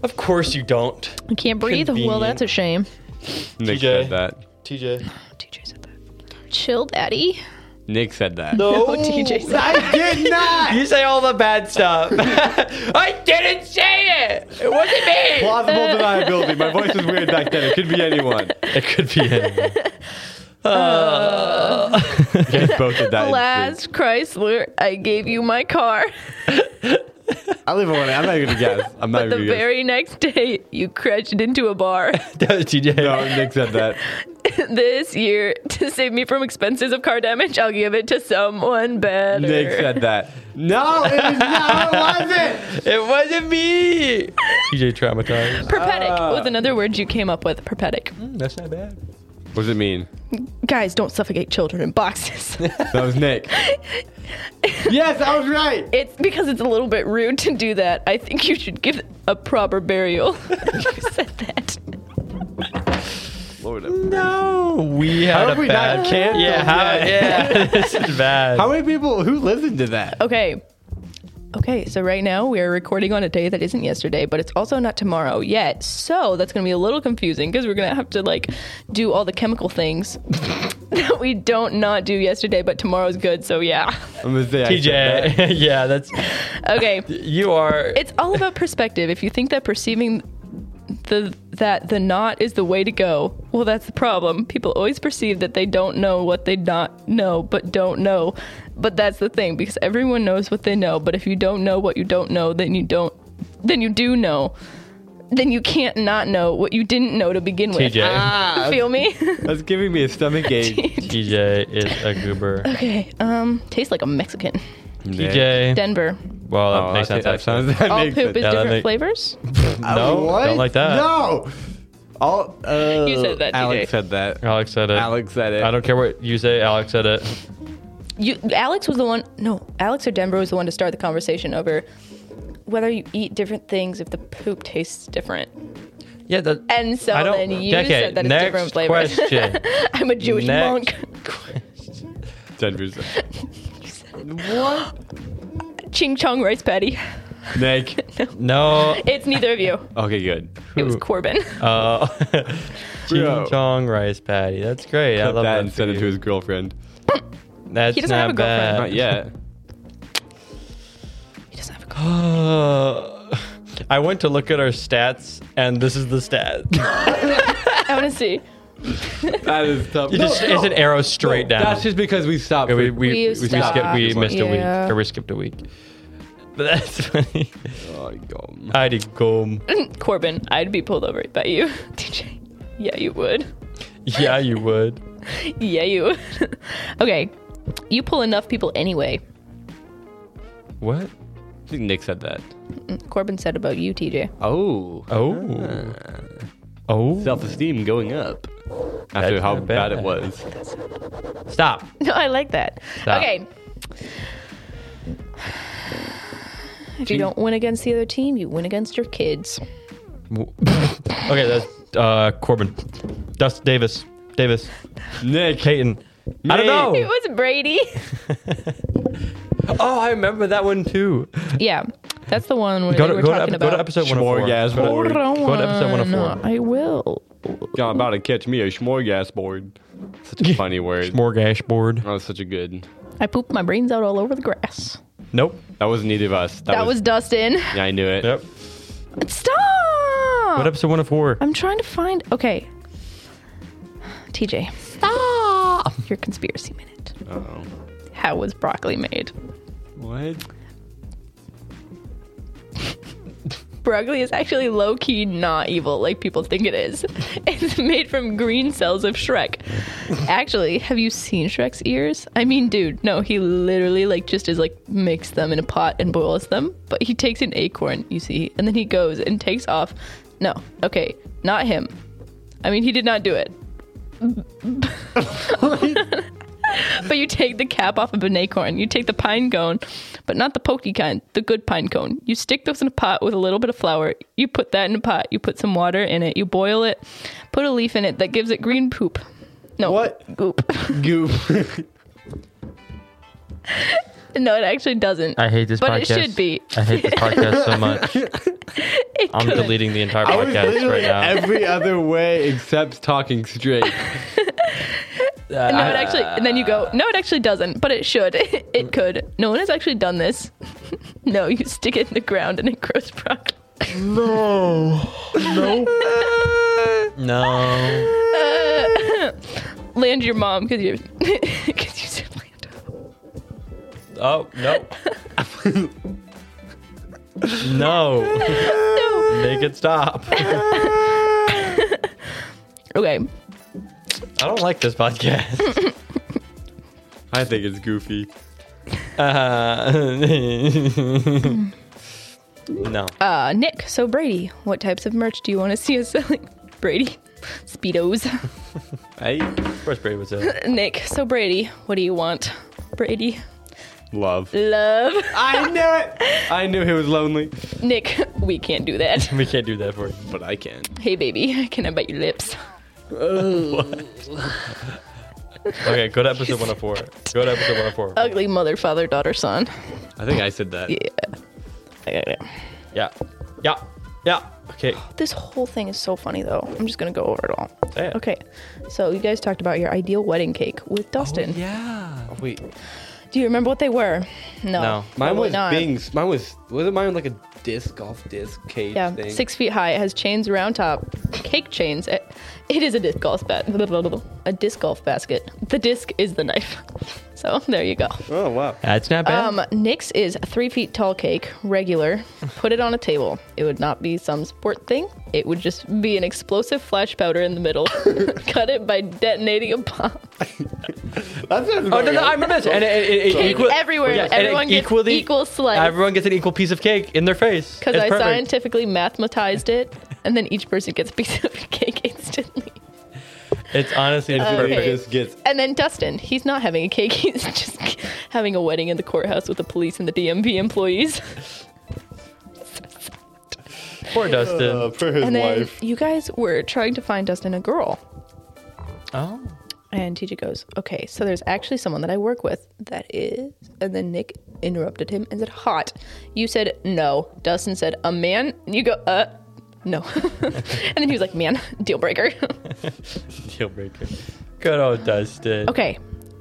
Of course you don't, I can't breathe. Well, Convenient. that's a shame. [LAUGHS] Nick TJ. said that. [LAUGHS] TJ. TJ said that. Chill, daddy. Nick said that. No, Oh, TJ said I did not. [LAUGHS] You say all the bad stuff. [LAUGHS] I didn't say it. It wasn't me. Plausible deniability. My voice was weird back then. It could be anyone. It could be [LAUGHS] anyone. [LAUGHS] You guys both did that. in Uh, Last Chrysler, I gave you my car. sleep. I'll leave it alone. I'm not even gonna guess. I'm not But the even gonna guess. very next day, you crashed into a bar. [LAUGHS] TJ. No, Nick said [LAUGHS] that. this year, to save me from expenses of car damage, I'll give it to someone better. Nick said that. No, it was not. It wasn't. It wasn't me. TJ traumatized. Perpetic "Ah." was another word you came up with. Perpetic. That's not bad. What does it mean? Guys, don't suffocate children in [LAUGHS] boxes. That was Nick. yes, I was right. it's because it's a little bit rude to do that. I think you should give a proper burial. [LAUGHS] you said that. Lord, No, we had have a we not bad canceled Yeah, [LAUGHS] how, yeah, [LAUGHS] this is bad. how many people who listened to that? Okay. Okay, so right now we are recording on a day that isn't yesterday, but it's also not tomorrow yet. So that's going to be a little confusing because we're going to have to like do all the chemical things [LAUGHS] that we don't not do yesterday, but tomorrow's good. So yeah. I'm gonna say I said that. TJ, [LAUGHS] yeah, that's Okay. you are. It's all about perspective. If you think that perceiving the that the not is the way to go, well, that's the problem. People always perceive that they don't know what they not know, but don't know. But that's the thing because everyone knows what they know. But if you don't know what you don't know, then you don't. Then you do know. Then you can't not know what you didn't know to begin with. TJ, [LAUGHS] Feel me? That's giving me a [LAUGHS] stomach ache. TJ is a goober. okay. Um, tastes like a Mexican. TJ, Denver. well, that Oh, makes that, sense. that actually. sounds. That All makes poop sense. is Yeah, that different make- flavors. No, What? don't like that. No. All, uh, You said that, Alex TJ. said that. Alex said it. Alex said it. Oh, I don't care what you say. Alex said it. you Alex was the one no Alex or Denver was the one to start the conversation over whether you eat different things if the poop tastes different Yeah, that, and so I don't. then you okay, said that it's next different flavors question. [LAUGHS] I'm a Jewish next monk ten percent. Ching Chong Rice Patty. Nick. [LAUGHS] No. It's neither of you. Okay, good. It was [LAUGHS] Corbin. [LAUGHS] Uh, Bro. Ching Chong rice patty. That's great. I Cut love that that. and for send it to you. his girlfriend. That's He doesn't not have a girlfriend. bad. Not yet. He doesn't have a Uh, [SIGHS] I went to look at our stats, and this is [LAUGHS] the stat. I want to see. That is [LAUGHS] tough. It No, just, no. It's an arrow straight down. That's just because we stopped. Yeah, we for- we, We we, stopped. skipped, we missed a Yeah. week, or we skipped a week. [LAUGHS] But that's funny. Oh, God. I did go. Corbin, I'd be pulled over by you. [LAUGHS] DJ. Yeah, you would. [LAUGHS] Yeah, you would. Yeah, you would. [LAUGHS] okay. You pull enough people anyway. What? I think Nick said that. Corbin said about you, TJ. Oh, Oh. Oh. self-esteem going up after That's how not bad bad. it was. Stop. [LAUGHS] No, I like that. Stop. Okay. If you don't win against the other team, you win against your kids. [LAUGHS] okay, that's uh, Corbin. Dust Davis. Davis. [LAUGHS] Nick. Caton. I don't It know. was Brady. [LAUGHS] Oh, I remember that one too. yeah, that's the one where Go they to, were go, to, talking ep- about. go to episode 104. Smorgasbord. Go to episode 104. I will. God, I'm about to catch me a smorgasbord. Such [LAUGHS] a funny word. Smorgasbord. That was such a good. I pooped my brains out all over the grass. Nope. That wasn't either of us. That, That was Dustin. [LAUGHS] Yeah, I knew it. Yep. Stop! Go to episode 104. I'm trying to find. Okay. TJ. Stop! Your conspiracy minute. Oh. How was broccoli made? What? Broccoli is actually low key not evil like people think it is. [LAUGHS] It's made from green cells of Shrek. Actually, have you seen Shrek's ears? I mean, dude, no, he literally like just is like makes them in a pot and boils them, but he takes an acorn, you see, and then he goes and takes off. No, okay, not him. I mean, he did not do it. [LAUGHS] but you take the cap off of an acorn. You take the pine cone, but not the pokey kind, the good pine cone. You stick those in a pot with a little bit of flour. You put that in a pot. You put some water in it. You boil it. Put a leaf in it that gives it green poop. No. What? Goop. [LAUGHS] [LAUGHS] Goop. no, it actually doesn't. I hate this but podcast. it should be. I hate [LAUGHS] this podcast so much. It I'm could. deleting the entire I was podcast right literally now. [LAUGHS] every other way except talking straight. [LAUGHS] No, it actually. And then you go, no, it actually doesn't, but it should. [LAUGHS] it could. No one has actually done this. [LAUGHS] no, you stick it in the ground and it grows broccoli. [LAUGHS] no. Land your mom because [LAUGHS] you because you said land. Oh, no. no. No. Make it stop. I Okay. don't like this podcast. I think it's goofy. Uh, no. Uh, Nick. So Brady, what types of merch do you want to see us [LAUGHS] selling? Brady, speedos. [LAUGHS] Hey, First grade was it. Nick. So Brady, what do you want? Brady, [LAUGHS] love. love. I knew it. I knew he was lonely, Nick, we can't do that. [LAUGHS] We can't do that for you. but I can. Hey baby, can I bite your lips? Okay, go to episode 104. Go to episode 104. Ugly mother, father, daughter, son. I think I said that. Yeah. Yeah. Yeah. Okay. This whole thing is so funny though. I'm just gonna go over it all. Say it. Okay. So you guys talked about your ideal wedding cake with Dustin. Oh, Yeah. Oh, Wait, Do you remember what they were? No. No. mine Probably was Bing's. Mine was wasn't mine like a disc golf disc cage [LAUGHS] Yeah, thing. six feet high. It has chains around top, cake chains. It, it is a disc golf bat, [LAUGHS] a disc golf basket. The disc is the knife. [LAUGHS] So there you go. Oh wow. That's not bad. Um, Nick's is a three feet tall cake, regular. Put it on a table. It would not be some sport thing. It would just be an explosive flash powder in [LAUGHS] the middle. Cut it by detonating a bomb. That's Oh no, no, I remember this. And it, it, it Cake equal- everywhere. Yes, and it Everyone gets equally- equal slice. Everyone gets an equal piece of cake in their face. Because It's I perfect. scientifically mathematized it, and then each person gets a piece of [LAUGHS] cake instantly. It's honestly it's Okay. perfect. Just gets And then Dustin, he's not having a cake. [LAUGHS] He's just having a wedding in the courthouse with the police and the DMV employees. Poor Dustin. Uh, for his and then you guys were trying to find Dustin a girl. oh. And TJ goes, okay, so there's actually someone that I work with that is. And then Nick interrupted him and said, hot. You said no. Dustin said, a man? You go, uh, no. [LAUGHS] and then he was like, man, deal breaker. [LAUGHS] Deal breaker. Good old Dustin. okay,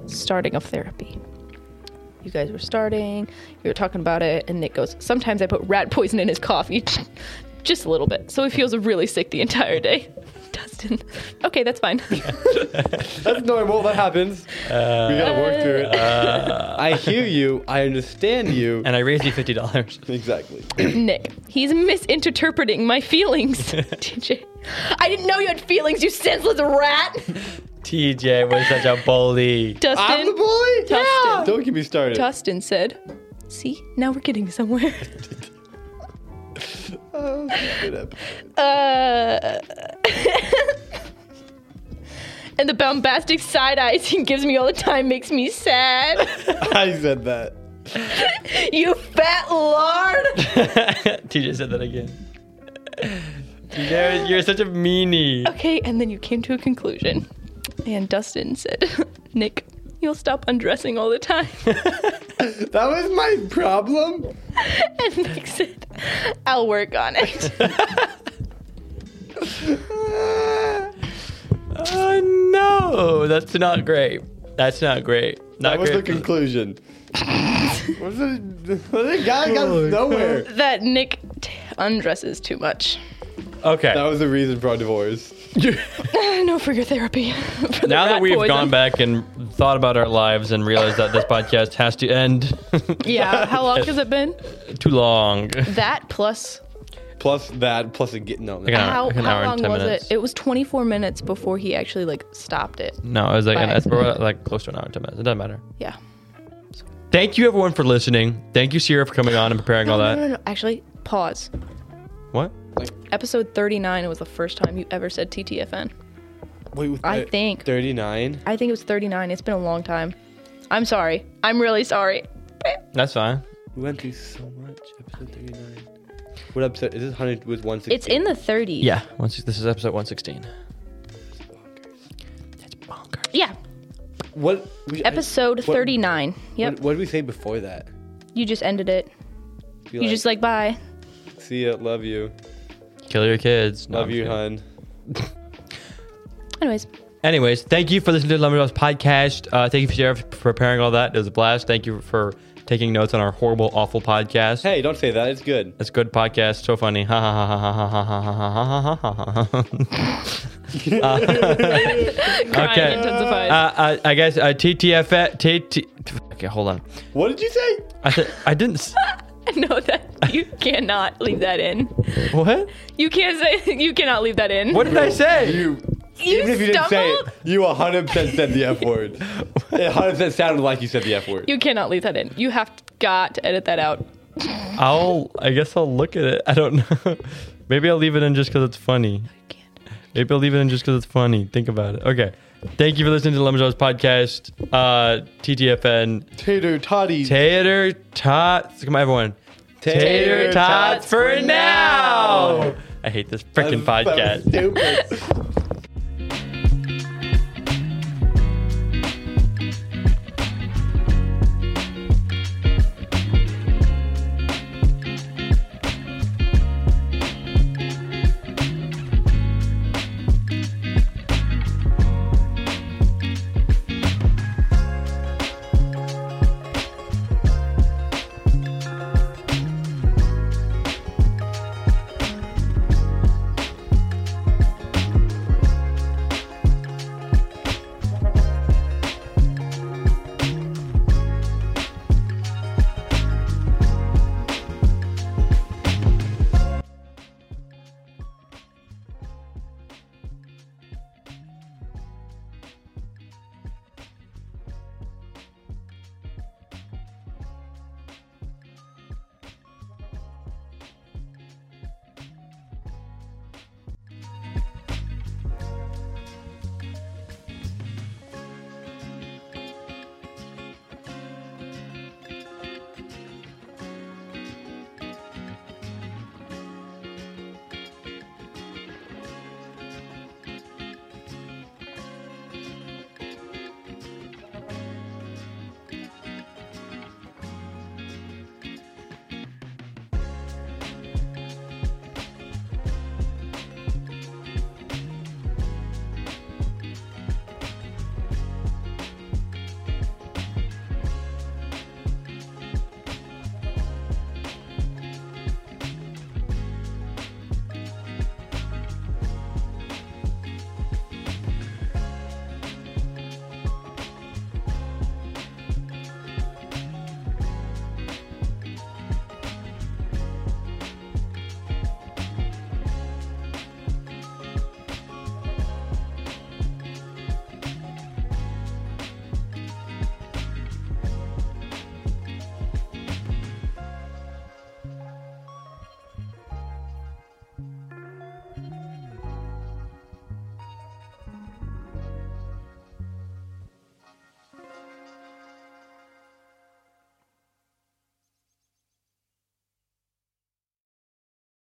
starting of therapy. You guys were starting, you were talking about it, and Nick goes, sometimes I put rat poison in his coffee, [LAUGHS] just a little bit. So he feels really sick the entire day. [LAUGHS] Dustin, okay, that's fine. [LAUGHS] That's normal. That happens. Uh, we gotta work through it. I hear you. I understand you. [LAUGHS] And I raised you fifty dollars. [LAUGHS] exactly. Nick, he's misinterpreting my feelings. TJ, I didn't know you had feelings, you senseless rat. TJ was such a bully. [LAUGHS] Dustin, I'm the bully. Dustin. Don't get me started. Dustin said, see, now we're getting somewhere. Uh, [LAUGHS] and the bombastic side eyes he gives me all the time makes me sad. I said that. you fat lord. TJ said that again. TJ, you're such [LAUGHS] a meanie. Okay, and then you came to a conclusion. And Dustin said, [LAUGHS] Nick, you'll stop undressing all the time. [LAUGHS] That was my problem. and Nick said, I'll work on it. [LAUGHS] Oh Uh, no, that's not great. That's not great. Not That was the great. conclusion. What's the, what the guy got us nowhere? that Nick t- undresses too much. okay. That was the reason for our divorce. no, for your therapy. [LAUGHS] For the now that rat we've poison. gone back and thought about our lives and realized that this podcast has to end [LAUGHS] Yeah, how long has it been? too long. That plus Plus that, plus a get no. no. Like an hour- how, like an how hour and long 10 was minutes. Mm. it? It was 24 minutes before he actually like stopped it. No, it was like, an, Bye. it's- we're like close to an hour and 10 minutes. It doesn't matter. Yeah. Thank you, everyone, for listening. Thank you, Sierra, for coming on and preparing all No, that. no, no, no. Actually, pause. What? Episode 39 was the first time you ever said TTFN. Wait, with I thir- think. 39? I think it was 39. It's been a long time. I'm sorry. I'm really sorry. That's fine. We went through so much. Episode 39. What episode? Is this 100 with 160? It's in the 30s. Yeah. Once, this is episode 116. That's bonkers. Yeah. What? We, Episode 39. I, Yep. what, what did we say before that? you just ended it. We You just like, bye. See ya. Love you. Kill your kids. No, Love I'm you, kidding. hun. Anyways, Anyways, thank you for listening to the Lemon Drops podcast. Uh, thank you, Sierra, for preparing all that. It was a blast. Thank you for taking notes on our horrible, awful podcast. Hey, don't say that. It's good. That's good podcast. So funny. Ha ha ha ha ha ha ha ha ha ha ha. [LAUGHS] Uh, Crying Okay. intensifies. [LAUGHS] Uh, uh, I guess uh, TTF. TT. Okay, hold on. What did you say? I said I didn't. s- [LAUGHS] no, that you cannot leave that in. What? You can't [LAUGHS] say you cannot leave that in. What did I say? You. You Even if you didn't say it, stumbled? you 100% said the F [LAUGHS] word. It 100% sounded like you said the F word. You cannot leave that in. You have to, got to edit that out. I'll. I guess I'll look at it. I don't know. [LAUGHS] Maybe I'll leave it in just because it's funny. Maybe I'll leave it in just because it's funny. Think about it. Okay. Thank you for listening to the Lemon Jaws podcast. Uh, TTFN. Tater toddy. Tater tots. Come on, everyone. Tater tots for now. I hate this freaking podcast. Oh, Stupid.